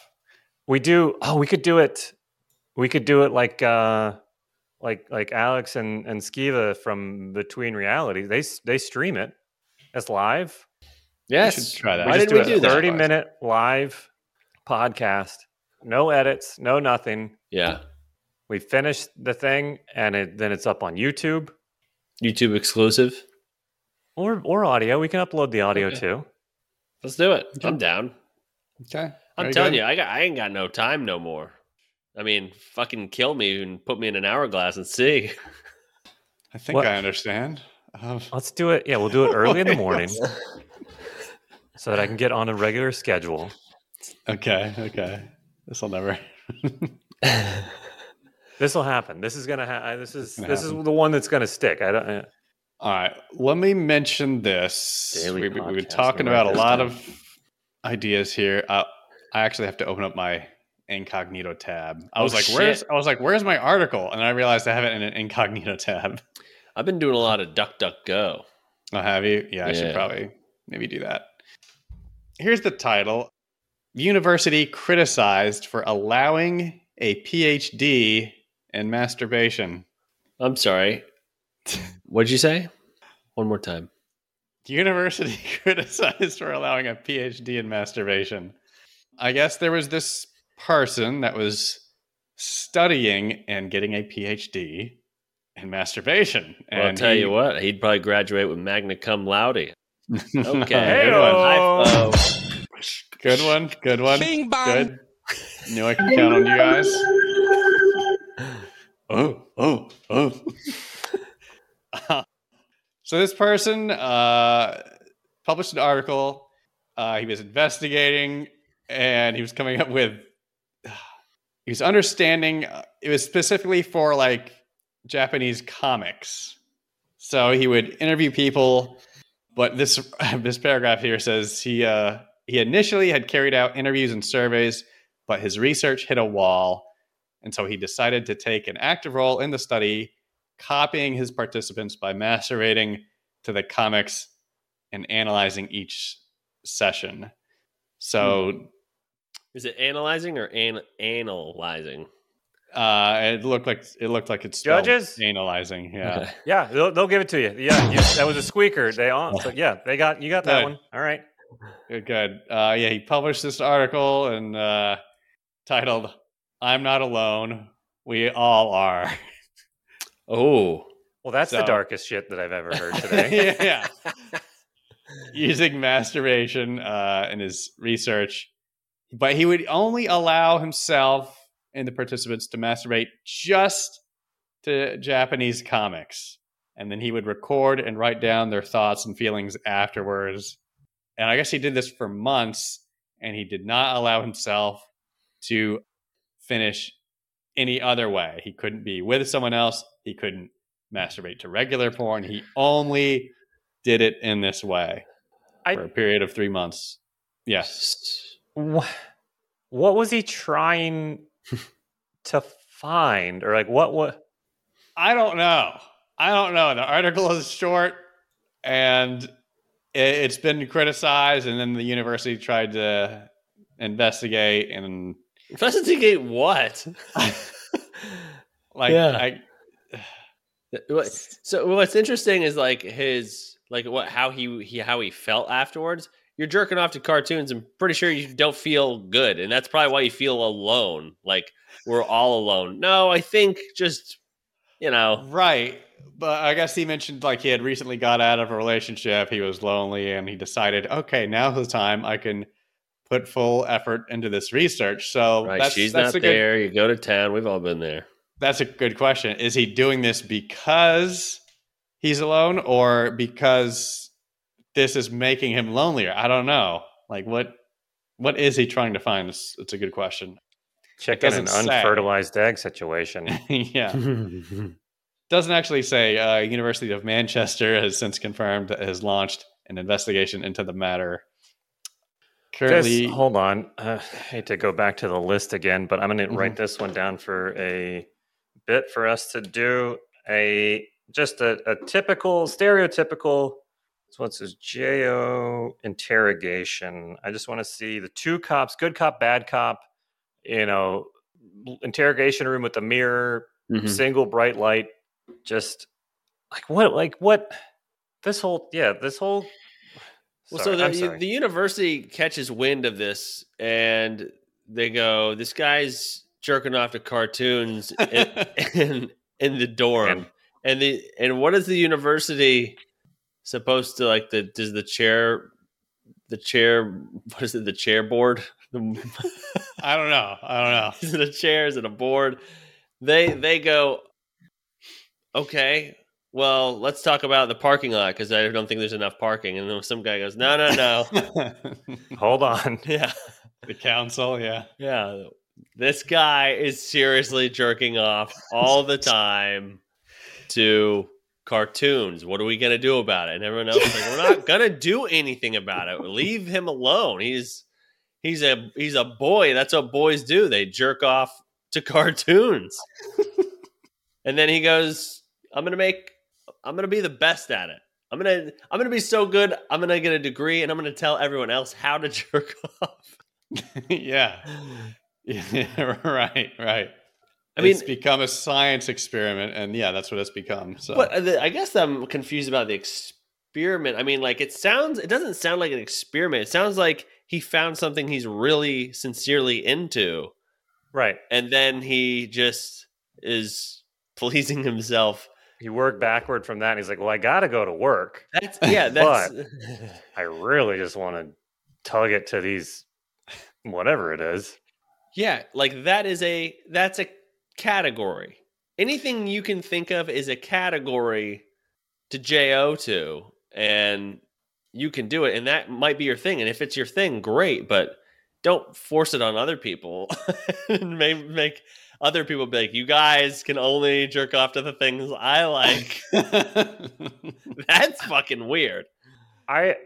we do. Oh, we could do it. We could do it like uh like like Alex and and Skiva from Between Reality. They s- they stream it. It's live. Yes. try that. We Why just did do we a do that? thirty minute live podcast. No edits. No nothing. Yeah. we finish the thing and it, then it's up on YouTube YouTube exclusive. or or audio. We can upload the audio Okay. too. Let's do it. I'm down. Okay. I'm Very telling good. you, I got I ain't got no time no more. I mean, fucking kill me and put me in an hourglass and see. I think What- I understand. Um, Let's do it. Yeah, we'll do it early in the Wait, morning so that I can get on a regular schedule. okay. Okay. This will never. This will happen. This is gonna. Ha- this is gonna this happen. is the one that's gonna stick. I don't. Uh, All right. Let me mention this. Daily we, we- we've been podcast, talking we write about a this lot down. of ideas here. Uh, I actually have to open up my incognito tab. I Oh, was like, shit. "Where's?" I was like, "Where's my article?" And I realized I have it in an incognito tab. I've been doing a lot of duck duck go. Oh, have you? Yeah, I should Yeah. probably maybe do that. Here's the title University criticized for allowing a PhD in masturbation. I'm sorry. What'd you say? One more time. University criticized for allowing a PhD in masturbation. I guess there was this person that was studying and getting a PhD in masturbation. Well, I'll and tell he- you what, he'd probably graduate with magna cum laude. Okay. good one. Hey-o. Good one. Good one. Bing bong. Good. Knew I could count on you guys. Oh, oh, oh. so this person uh, published an article. Uh, he was investigating, and he was coming up with. He was understanding. uh, It was specifically for like Japanese comics. So he would interview people but this this paragraph here says he uh, he initially had carried out interviews and surveys, but his research hit a wall, and so he decided to take an active role in the study, copying his participants by macerating to the comics and analyzing each session. So Is it analyzing or an- analyzing? Uh, it looked like it looked like it's spelled Judges? analyzing. Yeah, Okay. Yeah, they'll, they'll give it to you. Yeah, you, that was a squeaker. They all, so yeah, they got you got that Good. one. All right. Good, good. Uh, yeah, he published this article and uh, titled "I'm Not Alone. We All Are." Oh, Well, that's the So- darkest shit that I've ever heard today. yeah, yeah. Using masturbation uh, in his research, but he would only allow himself and the participants to masturbate just to Japanese comics, and then he would record and write down their thoughts and feelings afterwards. And I guess he did this for months, and he did not allow himself to finish any other way. He couldn't be with someone else. He couldn't masturbate to regular porn. He only did it in this way I- for a period of three months. Yes. Wha- what was he trying to find, or like what? What? I don't know. I don't know. The article is short and i- it's been criticized, and then the university tried to investigate and investigate what? like Yeah. I, What- so what's interesting is like his like what how he, he how he felt afterwards. You're jerking off to cartoons. I'm pretty sure you don't feel good, and that's probably why you feel alone. Like we're all alone. No, I think just you know Right. But I guess he mentioned like he had recently got out of a relationship. He was lonely and he decided, okay, now's the time I can put full effort into this research. So right. that's, she's that's not a good there. You go to town. We've all been there. that's a good question. Is he doing this because he's alone or because this is making him lonelier? I don't know. Like what what is he trying to find? It's, it's a good question. Chicken and doesn't say. unfertilized egg situation. yeah. doesn't actually say uh, university of manchester has since confirmed has launched an investigation into the matter currently This, hold on. Uh, I hate to go back to the list again, but I'm going to Mm-hmm. write this one down for a bit for us to do a just a, a typical stereotypical. So it says JO interrogation. I just want to see the two cops, good cop, bad cop, you know, interrogation room with a mirror, Mm-hmm. single bright light just like what like what this whole yeah this whole Well, Sorry, I'm so the, sorry. the university catches wind of this and they go, This guy's jerking off to cartoons in, in, in the dorm. And- and the and what is the university supposed to like the does the chair the chair what is it, the chair board? The- i don't know i don't know is it a chair? Is it a board? They they go. Okay, well, let's talk about the parking lot because I don't think there's enough parking. And then some guy goes, no, no, no, hold on yeah, the council yeah yeah. This guy is seriously jerking off all the time to cartoons. What are we gonna do about it? And everyone else is like, we're not gonna do anything about it. Leave him alone. He's he's a he's a boy. That's what boys do. They jerk off to cartoons. and then he goes, I'm gonna make I'm gonna be the best at it. I'm gonna I'm gonna be so good, I'm gonna get a degree and I'm gonna tell everyone else how to jerk off. yeah Yeah, right right I i mean- mean it's become a science experiment and yeah that's what it's become so But uh, the- I guess I'm confused about the experiment. I mean, like it sounds, it doesn't sound like an experiment. It sounds like he found something he's really sincerely into, right and then he just is pleasing himself. you work backward from that and he's like well i gotta go to work That's yeah. That's i really just want to tug it to these whatever it is yeah. Like that is a that's a category. Anything you can think of is a category to jo to, and you can do it, and that might be your thing. And if it's your thing, great, but don't force it on other people and may make other people be like, you guys can only jerk off to the things I like. That's fucking weird. i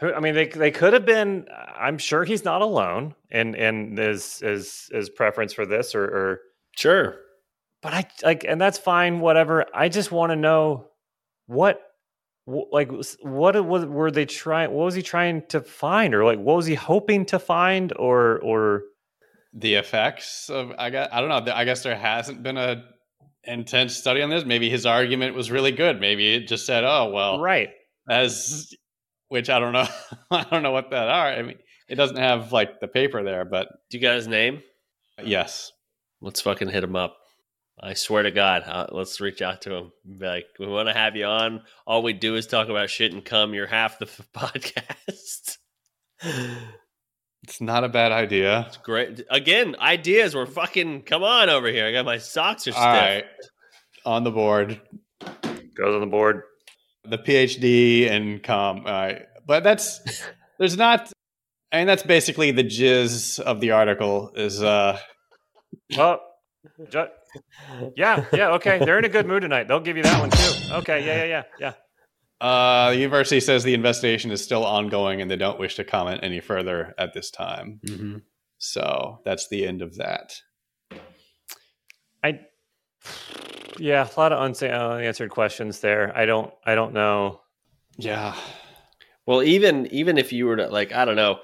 who- I mean, they, they could have been. I'm sure he's not alone, and and his his his preference for this, or, or Sure. but I like, and that's fine, whatever. I just want to know what, wh- like, s- what it was were they trying? What was he trying to find, or like, what was he hoping to find, or or the effects of I got I don't know. I guess there hasn't been a intense study on this. Maybe his argument was really good. Maybe it just said, "Oh well, Right. as which I don't know. I don't know what that are. I mean, it doesn't have like the paper there, but Do you got his name? yes, Let's fucking hit him up. I swear to God, uh, let's reach out to him. Be like, we want to have you on. All we do is talk about shit and come. You're half the f- podcast. it's not a bad idea. Great. Again, ideas were fucking, come on over here. I got my socks are stiff. All right, on the board, Goes on the board. the PhD and com. All right, but that's there's not. I mean, that's basically the jizz of the article. Is uh, Well, ju- yeah, yeah, okay. They're in a good mood tonight. They'll give you that one too. Okay, yeah, yeah, yeah, yeah. uh, the university says the investigation is still ongoing and they don't wish to comment any further at this time. Mhm. So that's the end of that. I yeah, a lot of unsa- uh, unanswered questions there. I don't, I don't know. Yeah, Well, even even if you were to like, I don't know,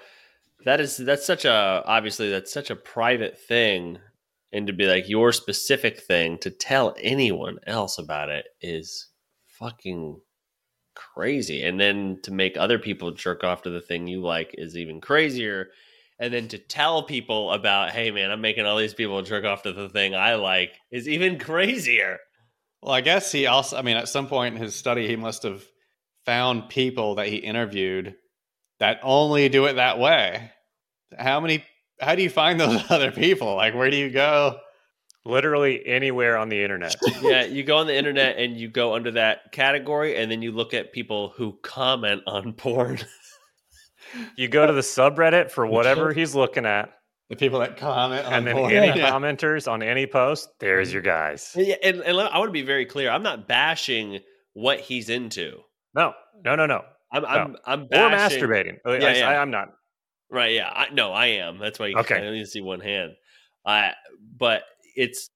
that is that's such a obviously that's such a private thing, and to be like your specific thing to tell anyone else about it is fucking crazy. And then to make other people jerk off to the thing you like is even crazier. And then to tell people about, hey man, I'm making all these people jerk off to the thing I like is even crazier. Well, I guess he also, I mean, at some point in his study, he must have found people that he interviewed that only do it that way. How many, how do you find those other people? Like, where do you go? Literally anywhere on the internet. yeah, you go on the internet and you go under that category, and then you look at people who comment on porn. You go to the subreddit for whatever he's looking at, The people that Oh, comment on and then porn. any Yeah. commenters on any post. There's your guys. yeah, and, and let- I want to be very clear. I'm not bashing what he's into. No, no, no, no. I'm I'm, I'm Or bashing, masturbating. I- Yeah, I, yeah. I, am not. Right? Yeah. I, no, I am. That's why. You, Okay. I only see one hand. I but it's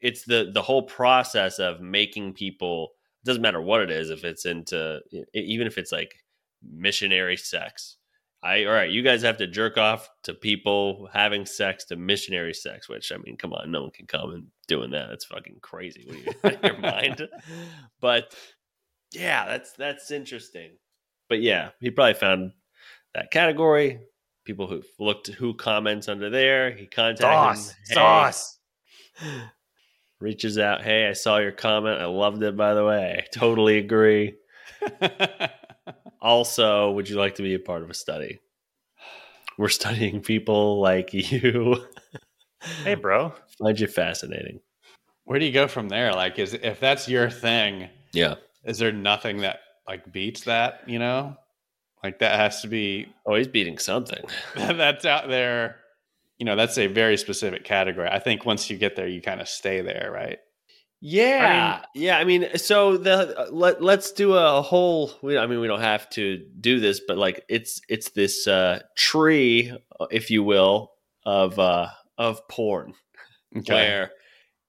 it's the the whole process of making people. It doesn't matter what it is. If it's into e- even if it's like missionary sex. I all right. You guys have to jerk off to people having sex to missionary sex. Which I mean, come on, no one can come and doing that. That's fucking crazy. What are you out of your mind? But yeah, that's that's interesting. But yeah, he probably found that category. People who looked who comments under there. He contacted him, Sauce, "Hey," sauce. Reaches out. Hey, I saw your comment. I loved it. By the way, totally agree. Also, would you like to be a part of a study? We're studying people like you. Hey, bro. Find you fascinating. where do you go from there? Like, is if that's your thing, Yeah. is there nothing that like beats that? You know, like that has to be Oh, he's beating something. that's out there. You know, that's a very specific category. I think once you get there, you kind of stay there, right? Yeah, yeah. I mean, so the uh, let let's do a whole. We, I mean, we don't have to do this, but like it's it's this uh, tree, uh, if you will, of uh, of porn where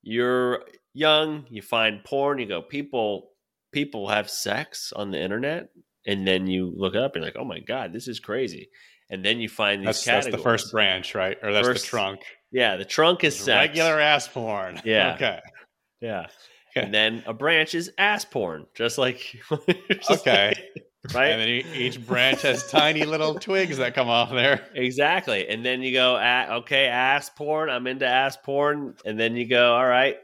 you're young, you find porn, you go, people people have sex on the internet, and then you look it up, and you're like, oh my god, this is crazy, and then you find these That's, that's categories. the first branch, right? Or that's First the trunk. Yeah, the trunk is It's sex. Regular ass porn. Yeah. Okay. Yeah. Okay. And then a branch is ass porn, just like just Okay. like- right? And then e- each branch has tiny little twigs that come off there. exactly. And then you go, ah, okay, ass porn. I'm into ass porn. And then you go, all right,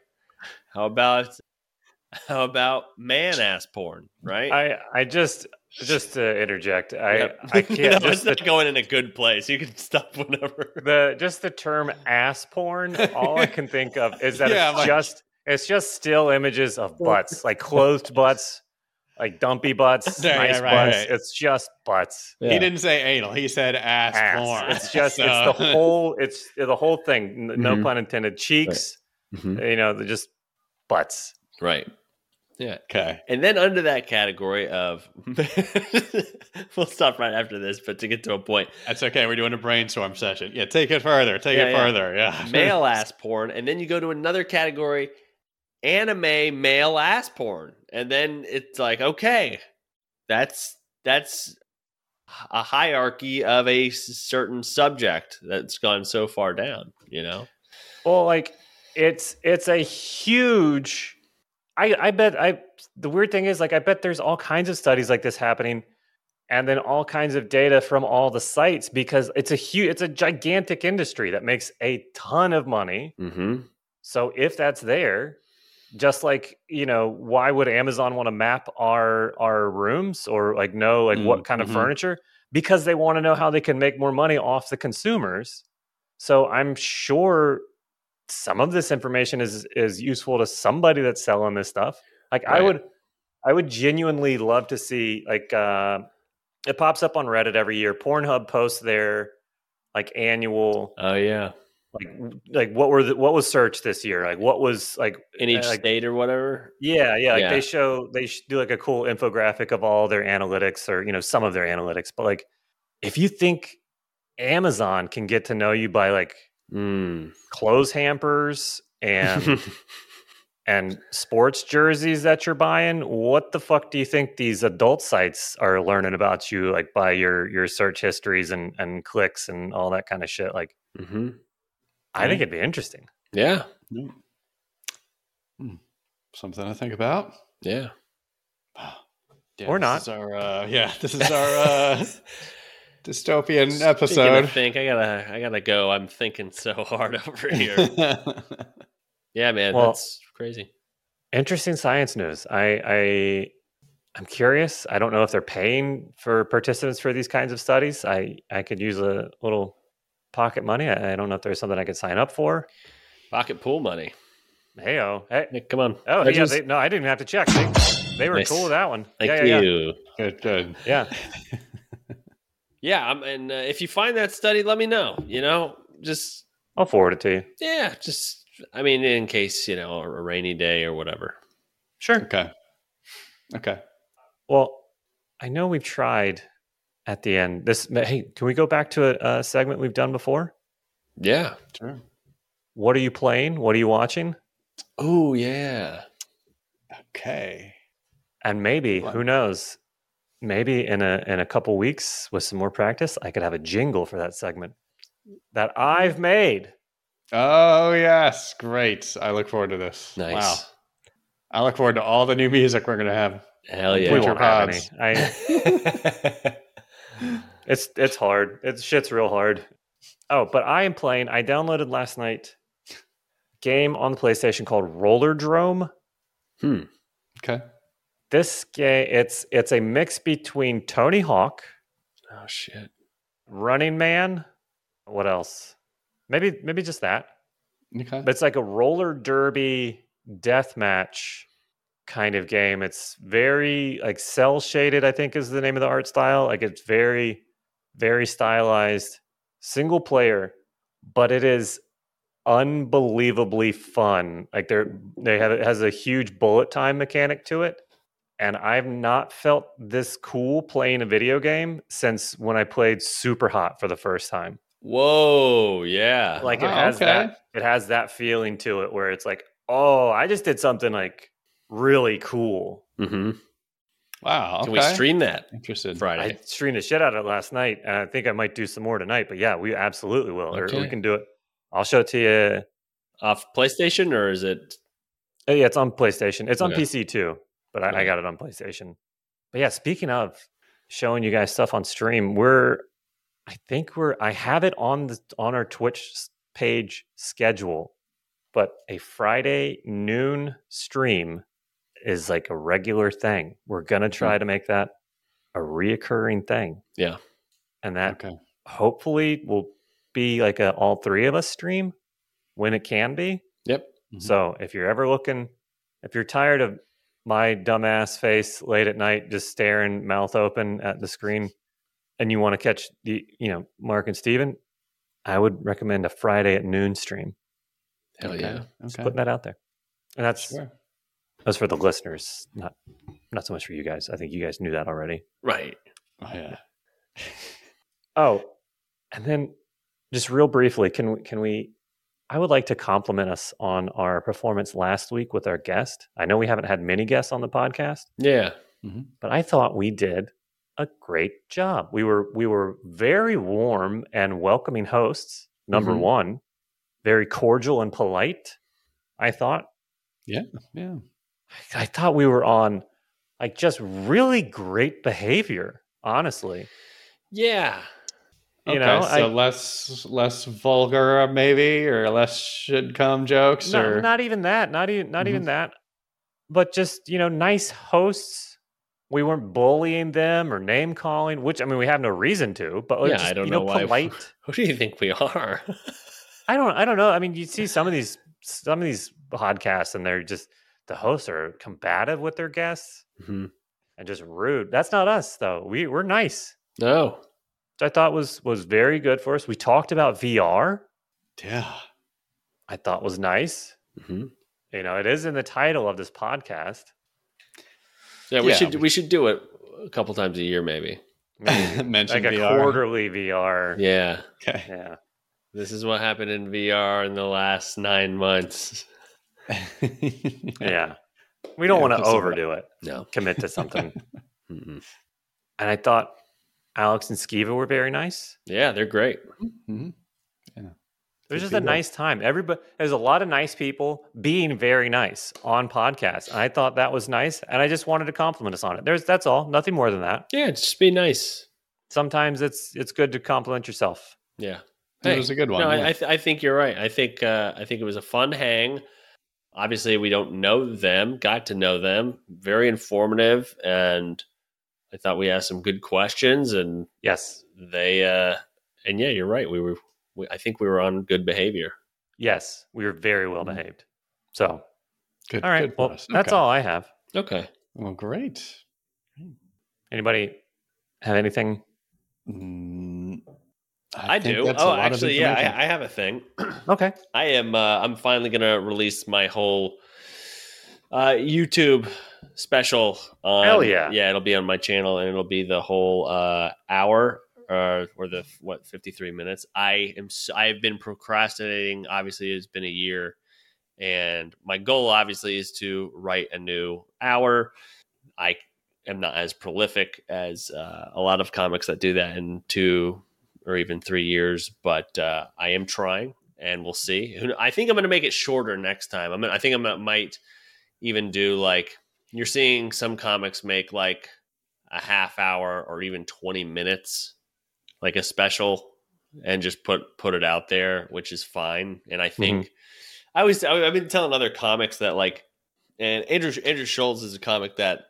how about how about man ass porn? Right? I, I just, just to interject, I, Yep. I can't. no, just it's the not going in a good place. You can stop whenever. the just the term ass porn all i can think of is that Yeah, it's like- just it's just still images of butts like clothed butts like dumpy butts Yeah, yeah, nice right, butts right. it's just butts Yeah. He didn't say anal. He said ass, ass porn. it's just So- it's the whole it's the whole thing n- no Mhm. pun intended cheeks Mhm. you know they're just butts Right. Okay. And then under that category of we'll stop right after this, but to get to a point. That's okay. We're doing a brainstorm session. Yeah. Take it further. Take Yeah, it yeah. further. Yeah. male ass porn, and then you go to another category, anime male ass porn, and then it's like, okay, that's that's a hierarchy of a s- certain subject that's gone so far down. You know, Well, like it's it's a huge. I I bet I the weird thing is like I bet there's all kinds of studies like this happening, and then all kinds of data from all the sites because it's a huge it's a gigantic industry that makes a ton of money. mm-hmm. So if that's there, just like you know, why would Amazon want to map our our rooms or like know like what kind mhm. of furniture? Because they want to know how they can make more money off the consumers. So I'm sure some of this information is is useful to somebody that's selling this stuff. Like I Right. would I would genuinely love to see like uh it pops up on Reddit every year. Pornhub posts their like annual oh yeah, like w- like what were the, what was searched this year like what was like in each uh, like, state or whatever. yeah yeah like Yeah. they show they sh- do like a cool infographic of all their analytics or you know some of their analytics but like if you think amazon can get to know you by like Mm. clothes hampers and and sports jerseys that you're buying what the fuck do you think these adult sites are learning about you like by your your search histories and and clicks and all that kind of shit like mm-hmm. i Mm. think it'd be interesting Yeah, Something to think about. yeah. Yeah, Or this not. is our, uh, yeah, this is our uh, dystopian Speaking of episode. think I gotta, I gotta go. I'm thinking so hard over here. yeah, yeah, man, Well- that's crazy. interesting science news i i i'm curious i don't know if they're paying for participants for these kinds of studies i i could use a little pocket money i, I don't know if there's something i could sign up for Pocket pool money. hey oh hey Nick, come on. oh I yeah just- they, no i didn't even have to check they, they were Nice. cool with that one thank yeah, yeah, yeah. you. good, good. yeah Yeah, I'm, and uh, if you find that study, let me know. You know, just i'll forward it to you yeah, just I mean, in case you know, a rainy day or whatever. sure Okay. Okay. well i know we've tried at the end this hey can we go back to a, a segment we've done before Yeah. Sure. what are you playing what are you watching Oh yeah. Okay. and maybe What? who knows maybe in a in a couple weeks with some more practice i could have a jingle for that segment that i've made Oh, yes. Great. I look forward to this. Nice. I look forward to all the new music we're going to have. Hell We Oh, yeah. we Winter won't have any pods. i it's it's hard it's shit's real hard oh but i am playing i downloaded last night game on the playstation called roller drome Okay. this game it's it's a mix between tony hawk oh shit. running man what else maybe maybe just that Okay. But it's like a roller derby death match kind of game. It's very like cell shaded, I think is the name of the art style. Like it's very, very stylized, single player, but it is unbelievably fun. Like they're they have it has a huge bullet time mechanic to it. And I've not felt this cool playing a video game since when I played Super Hot for the first time Whoa. Yeah. like it Oh, has okay. that it has that feeling to it where it's like oh i just did something like really cool Mm-hmm. wow. Can Okay. we stream that Interested. i Friday? streamed the shit out of it last night and i think i might do some more tonight but yeah we absolutely will or we Okay. can do it i'll show it to you Off PlayStation or is it? Uh, yeah it's on playstation it's on Okay. pc too but I, I Okay. got it on playstation but yeah speaking of showing you guys stuff on stream we're i think we're i have it on the on our twitch s- page schedule but a Friday noon stream is like a regular thing. We're going to try to make that a reoccurring thing. Yeah. And that Okay. hopefully will be like a all three of us stream when it can be. Yep. Mhm. So if you're ever looking, if you're tired of my dumbass face late at night, just staring mouth open at the screen, and you want to catch the, you know, Mark and Steven, I would recommend a Friday at noon stream Hell Okay. yeah. Okay. putting that out there. And that's Sure. that's for the listeners, not not so much for you guys. I think you guys knew that already. Right. Oh, yeah. Oh, and then just real briefly, can we can we I would like to compliment us on our performance last week with our guest. I know we haven't had many guests on the podcast, Yeah. but I thought we did a great job. We were we were very warm and welcoming hosts. Number Mm-hmm. Mhm. one, very cordial and polite. I thought Yeah. I thought we were on like just really great behavior. Honestly, Yeah. you okay, know, so I- less less vulgar maybe, or less should come jokes, No, or not even that. Not even not Mhm. Mm-hmm. even that. But just you know, nice hosts. We weren't bullying them or name calling, which I mean, we have no reason to. But uh, Yeah, just, I don't you know know, why- polite. Who do you think we are? I don't. I don't know. I mean, you see some of these some of these podcasts, and they're just the hosts are combative with their guests Mhm. and just rude. That's not us, though. We we're nice. No. Which I thought was was very good for us. We talked about VR. yeah, I thought was nice. hmm You know, it is in the title of this podcast. Yeah, we Yeah, should we- we should do it a couple times a year, maybe. Maybe. mention like a VR. quarterly VR. Yeah. Okay. yeah. This is what happened in VR in the last nine months. Mm-hmm. Yeah. We don't Yeah, want to just about- overdo it, No. commit to something. Mm-mm. and I thought Alex and Skiva were very nice. Yeah, they're great. Mhm. It was Good just a people. nice time. Everybody, there's a lot of nice people being very nice on podcasts. And I thought that was nice. And I just wanted to compliment us on it. There's that's all, nothing more than that. Yeah, just be nice. Sometimes it's it's good to compliment yourself. Yeah. it was a good one. No, yeah. I, I, th- I think you're right. I think uh, I think it was a fun hang. Obviously, we don't know them. Got to know them. Very informative, and I thought we asked some good questions. And Yes. they, uh, and yeah, you're right. We were. We, I think we were on good behavior. Yes. We were very well behaved. So Mm-hmm. Good- all right. good for Well, us. that's Okay. all I have. Okay. Well, great. Anybody have anything? Mm, I, think do. that's a Oh, lot of actually, yeah, information. I, I have a thing. Okay. I am. Uh, I'm finally gonna release my whole uh, YouTube special. On, Hell yeah. Yeah, it'll be on my channel, and it'll be the whole uh, hour uh, or the what 53 minutes. I am. s- I have been procrastinating. Obviously, it's been a year, and my goal obviously is to write a new hour. I am not as prolific as uh, a lot of comics that do that in two or even three years, but uh, I am trying, and we'll see. Who kn- I think I'm going to make it shorter next time. I'm. Gonna, I think I might even do like you're seeing some comics make like a half hour or even 20 minutes, like a special, and just put put it out there, which is fine. And I think I always I, I've been telling other comics that like, and Andrew Andrew Schultz is a comic that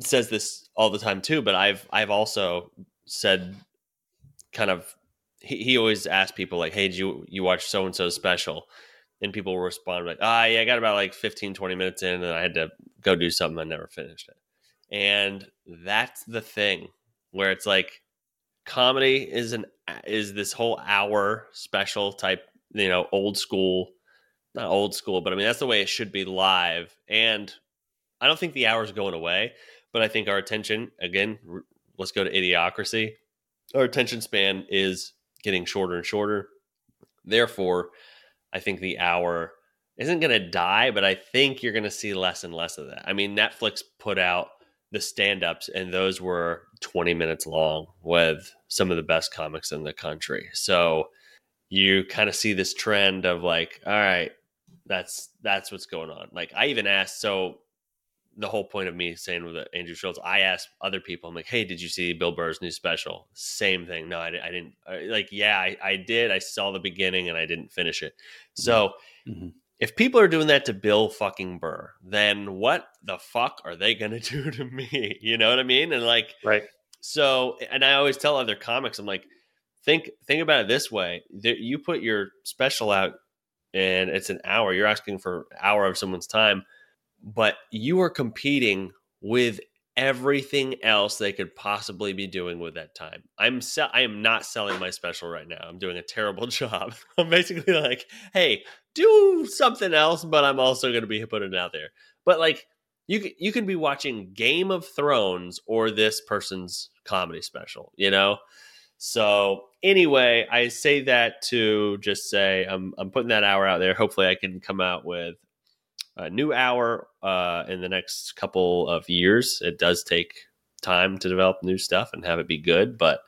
says this all the time too, but I've I've also said kind of he, he always asks people like, "Hey, did you you watch so and so special?" And people will respond like, "Ah, yeah, I got about like 15, 20 minutes in, and I had to go do something. I never finished it." And that's the thing where it's like comedy is an is this whole hour special type, you know, old school, not old school, but I mean that's the way it should be live. And I don't think the hour's going away, but I think our attention again. r- Let's go to idiocracy our attention span is getting shorter and shorter. Therefore, I think the hour isn't going to die, but I think you're going to see less and less of that. I mean, Netflix put out the stand ups, and those were 20 minutes long with some of the best comics in the country. So you kind of see this trend of like, all right, that's that's what's going on. Like I even asked, so the whole point of me saying with uh, Andrew Schultz, I asked other people, I'm like, hey, did you see Bill Burr's new special? Same thing. No, I, di- I didn't. Uh, Like, yeah, I, I did. I saw the beginning and I didn't finish it. So Mhm. if people are doing that to Bill fucking Burr, then what the fuck are they going to do to me? You know what I mean? And like, Right. so, and I always tell other comics, I'm like, think think about it this way: that you put your special out, and it's an hour. You're asking for an hour of someone's time, but you are competing with everything else they could possibly be doing with that time. I'm se- I am not selling my special right now. I'm doing a terrible job. I'm basically like, hey, do something else, but I'm also going to be putting it out there. But like you c- you could be watching Game of Thrones or this person's comedy special, you know. So anyway, I say that to just say I'm I'm putting that hour out there. Hopefully, I can come out with a new hour uh, in the next couple of years. It does take time to develop new stuff and have it be good. But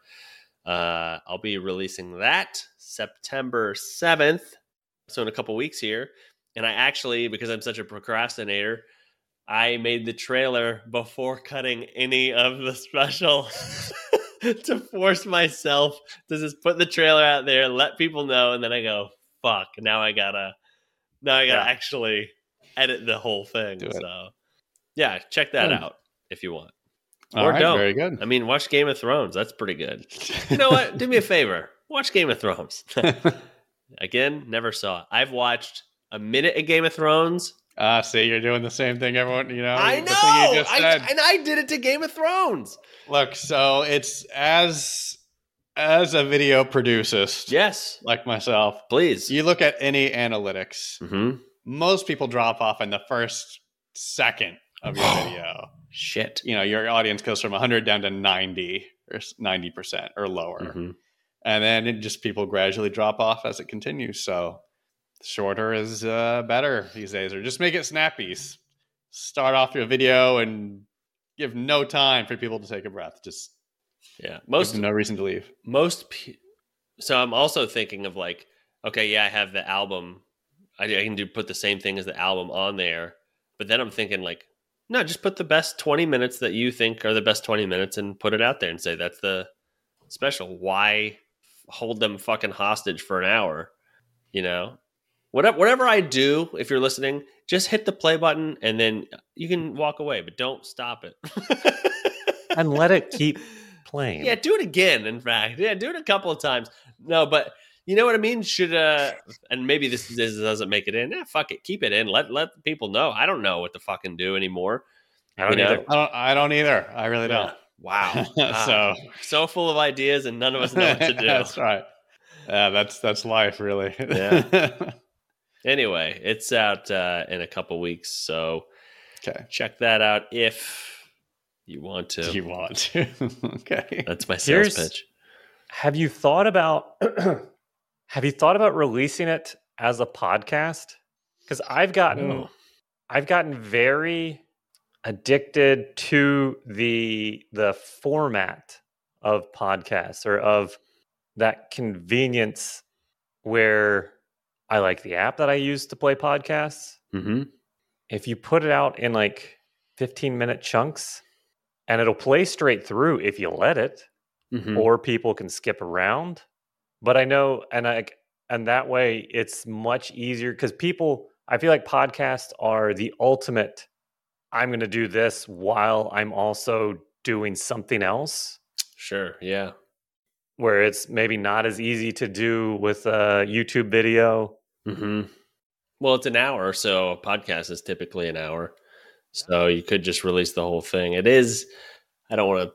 uh, I'll be releasing that September 7th. So in a couple weeks here. And I actually, because I'm such a procrastinator, I made the trailer before cutting any of the special to force myself to just put the trailer out there, let people know, and then I go, fuck, now I gotta now I gotta Yeah. actually edit the whole thing. Do it. Hmm. So yeah, check that out if you want. All Or right, don't. very good. I mean, watch Game of Thrones. That's pretty good. You know what? Do me a favor. Watch Game of Thrones. Again, never saw. it. I've watched a minute of Game of Thrones. Ah, see, you're doing the same thing, everyone. You know, I the know. thing Oh, you just I, said. and I did it to Game of Thrones. Look, so it's as as a video producer, Yes, like myself, please. you look at any analytics. hmm Most people drop off in the first second of your video. Shit. You know, your audience goes from 100 down to 90 or 90 percent or lower, Mhm. and then it just people gradually drop off as it continues. So shorter is uh, better these days, or just make it snappy. S- Start off your video and give no time for people to take a breath. Just Yeah. most Most no reason to leave. most pe- so i'm also thinking of like okay yeah i have the album I, I can do put the same thing as the album on there but then i'm thinking like no just put the best 20 minutes that you think are the best 20 minutes and put it out there and say that's the special why hold them fucking hostage for an hour you know whatever whatever i do if you're listening just hit the play button and then you can walk away but don't stop it and let it keep playing. Yeah, do it again. In fact, yeah, do it a couple of times. No, but you know what I mean. Should uh, and maybe this, this doesn't make it in. Eh, fuck it, keep it in. Let let people know. I don't know what to fucking do anymore. I don't you know? either. I don't. I don't either. I really don't. Wow, so so so full of ideas, and none of us Ah, know what to that's do. right. Yeah, that's that's life, really. Yeah. anyway, it's out uh, in a couple weeks, so okay. check that out if you want to. Do you want to? okay. that's my sales Here's- pitch. Have you thought about have you thought about releasing it as a podcast? Because I've gotten No. I've gotten very addicted to the the format of podcasts or of that convenience where I like the app that I use to play podcasts. Mm-hmm. If you put it out in like 15 minute chunks and it'll play straight through if you let it or people can skip around. But I know, and I and that way it's much easier because people. I feel like podcasts are the ultimate. I'm going to do this while I'm also doing something else, Sure. Yeah. where it's maybe not as easy to do with a YouTube video. hmm Well, it's an hour, so a podcast is typically an hour. So you could just release the whole thing. It is. I don't want to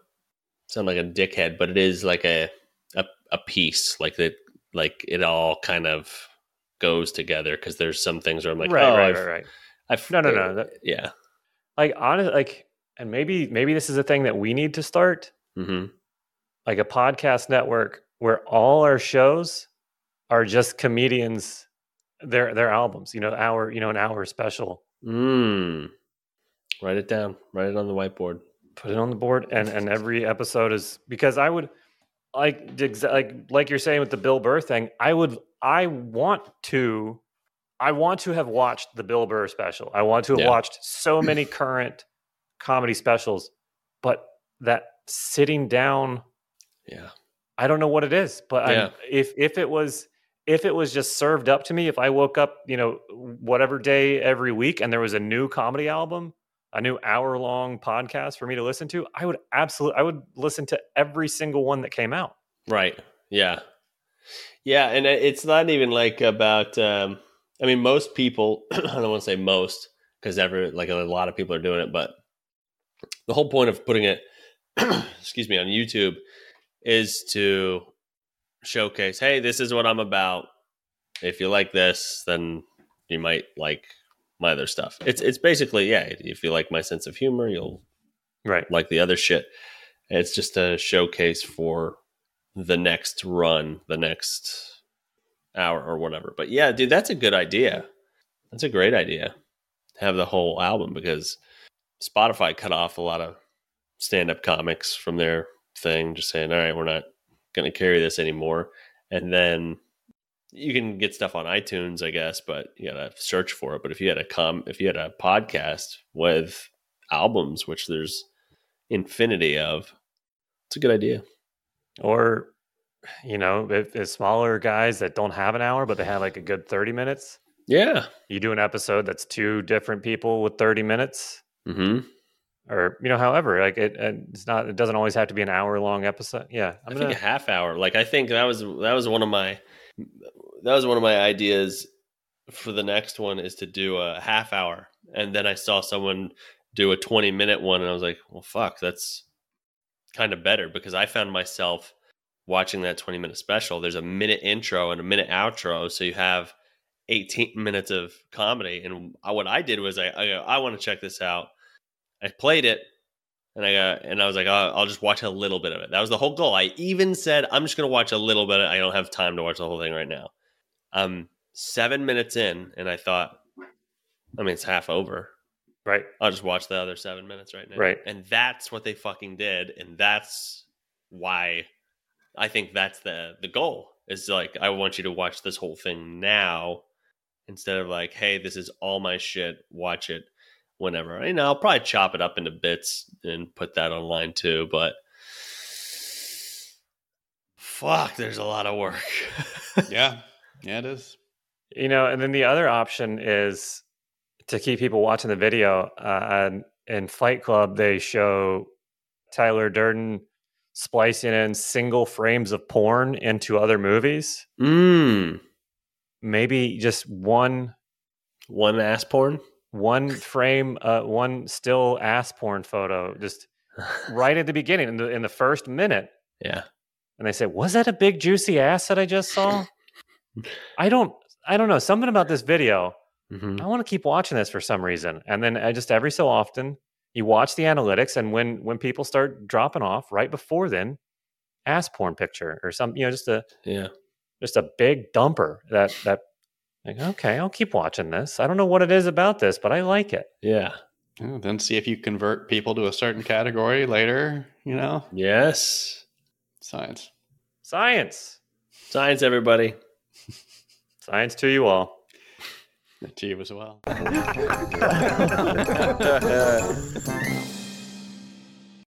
sound like a dickhead, but it is like a a, a piece, like that, like it all kind of goes together because there's some things where I'm like, right, oh, right, I've, right, right. I've- No, no, no, that- yeah. Like honest, like, and maybe maybe this is a thing that we need to start. hmm like a podcast network where all our shows are just comedians their their albums you know hour you know an hour special Mm. Write it down. Write it on the whiteboard. put it on the board and and every episode is because i would like the exa- like like you're saying with the bill burr thing i would i want to i want to have watched the bill burr special i want to have Yeah. watched so many current comedy specials but that sitting down Yeah. I don't know what it is, but I'm- Yeah. if if it was if it was just served up to me, if I woke up, you know, whatever day every week, and there was a new comedy album, a new hour long podcast for me to listen to, I would absolutely, I would listen to every single one that came out. Right. Yeah. Yeah, and it- it's not even like about um I mean most people, I don't want to say most cuz every like a lot of people are doing it, but the whole point of putting it excuse me on YouTube is to showcase, hey, this is what I'm about. If you like this, then you might like my other stuff. It's it's basically, yeah, if you like my sense of humor, you'll Right. like the other shit. It's just a showcase for the next run, the next hour or whatever. But yeah, dude, that's a good idea. That's a great idea. Have the whole album because Spotify cut off a lot of stand up comics from their thing, just saying, all right, we're not going to carry this anymore. And then you can get stuff on iTunes, I guess, but you got to search for it. But if you had a com, if you had a podcast with albums, which there's infinity of, it's a good idea. or you know if, if smaller guys that don't have an hour but they have like a good 30 minutes Yeah. you do an episode that's two different people with 30 minutes hmm or you know however like it and it's not it doesn't always have to be an hour long episode yeah i i'm think a gonna half hour. Like I think that was that was one of my that was one of my ideas for the next one is to do a half hour. And then I saw someone do a 20 minute one and I was like, "Well, fuck, that's kind of better because I found myself watching that 20 minute special. There's a minute intro and a minute outro, so you have 18 minutes of comedy. And I, what I did was I I, I want to check this out. I played it and I got, and I was like, I'll, I'll just watch a little bit of it. That was the whole goal. I even said, I'm just going to watch a little bit. I don't have time to watch the whole thing right now. I'm seven minutes in, and I thought, I mean, it's half over. right I'll just watch the other seven minutes right now. Right. And that's what they fucking did. And that's why I think that's the the goal. Is like I want you to watch this whole thing now instead of like, hey, this is all my shit. Watch it whenever. You know, I'll probably chop it up into bits and put that online too, but fuck, there's a lot of work. yeah, yeah, it is. you know and then the other option is to keep people watching the video uh, and in fight club they show tyler durden splicing in single frames of porn into other movies Mmm. maybe just one One ass porn. one frame uh, one still ass porn photo just right at the beginning in the, in the first minute yeah. and they say was that a big juicy ass that i just saw i don't i don't know something about this video hmm I want to keep watching this for some reason. And then I just every so often you watch the analytics, and when when people start dropping off right before then, ass porn picture or some, you know, just a Yeah. just a big dumper that that like okay, I'll keep watching this. I don't know what it is about this, but I like it. Yeah. Yeah, then see if you convert people to a certain category later. You know, Yes. science. Science, Science, everybody. science to you all. To you as well.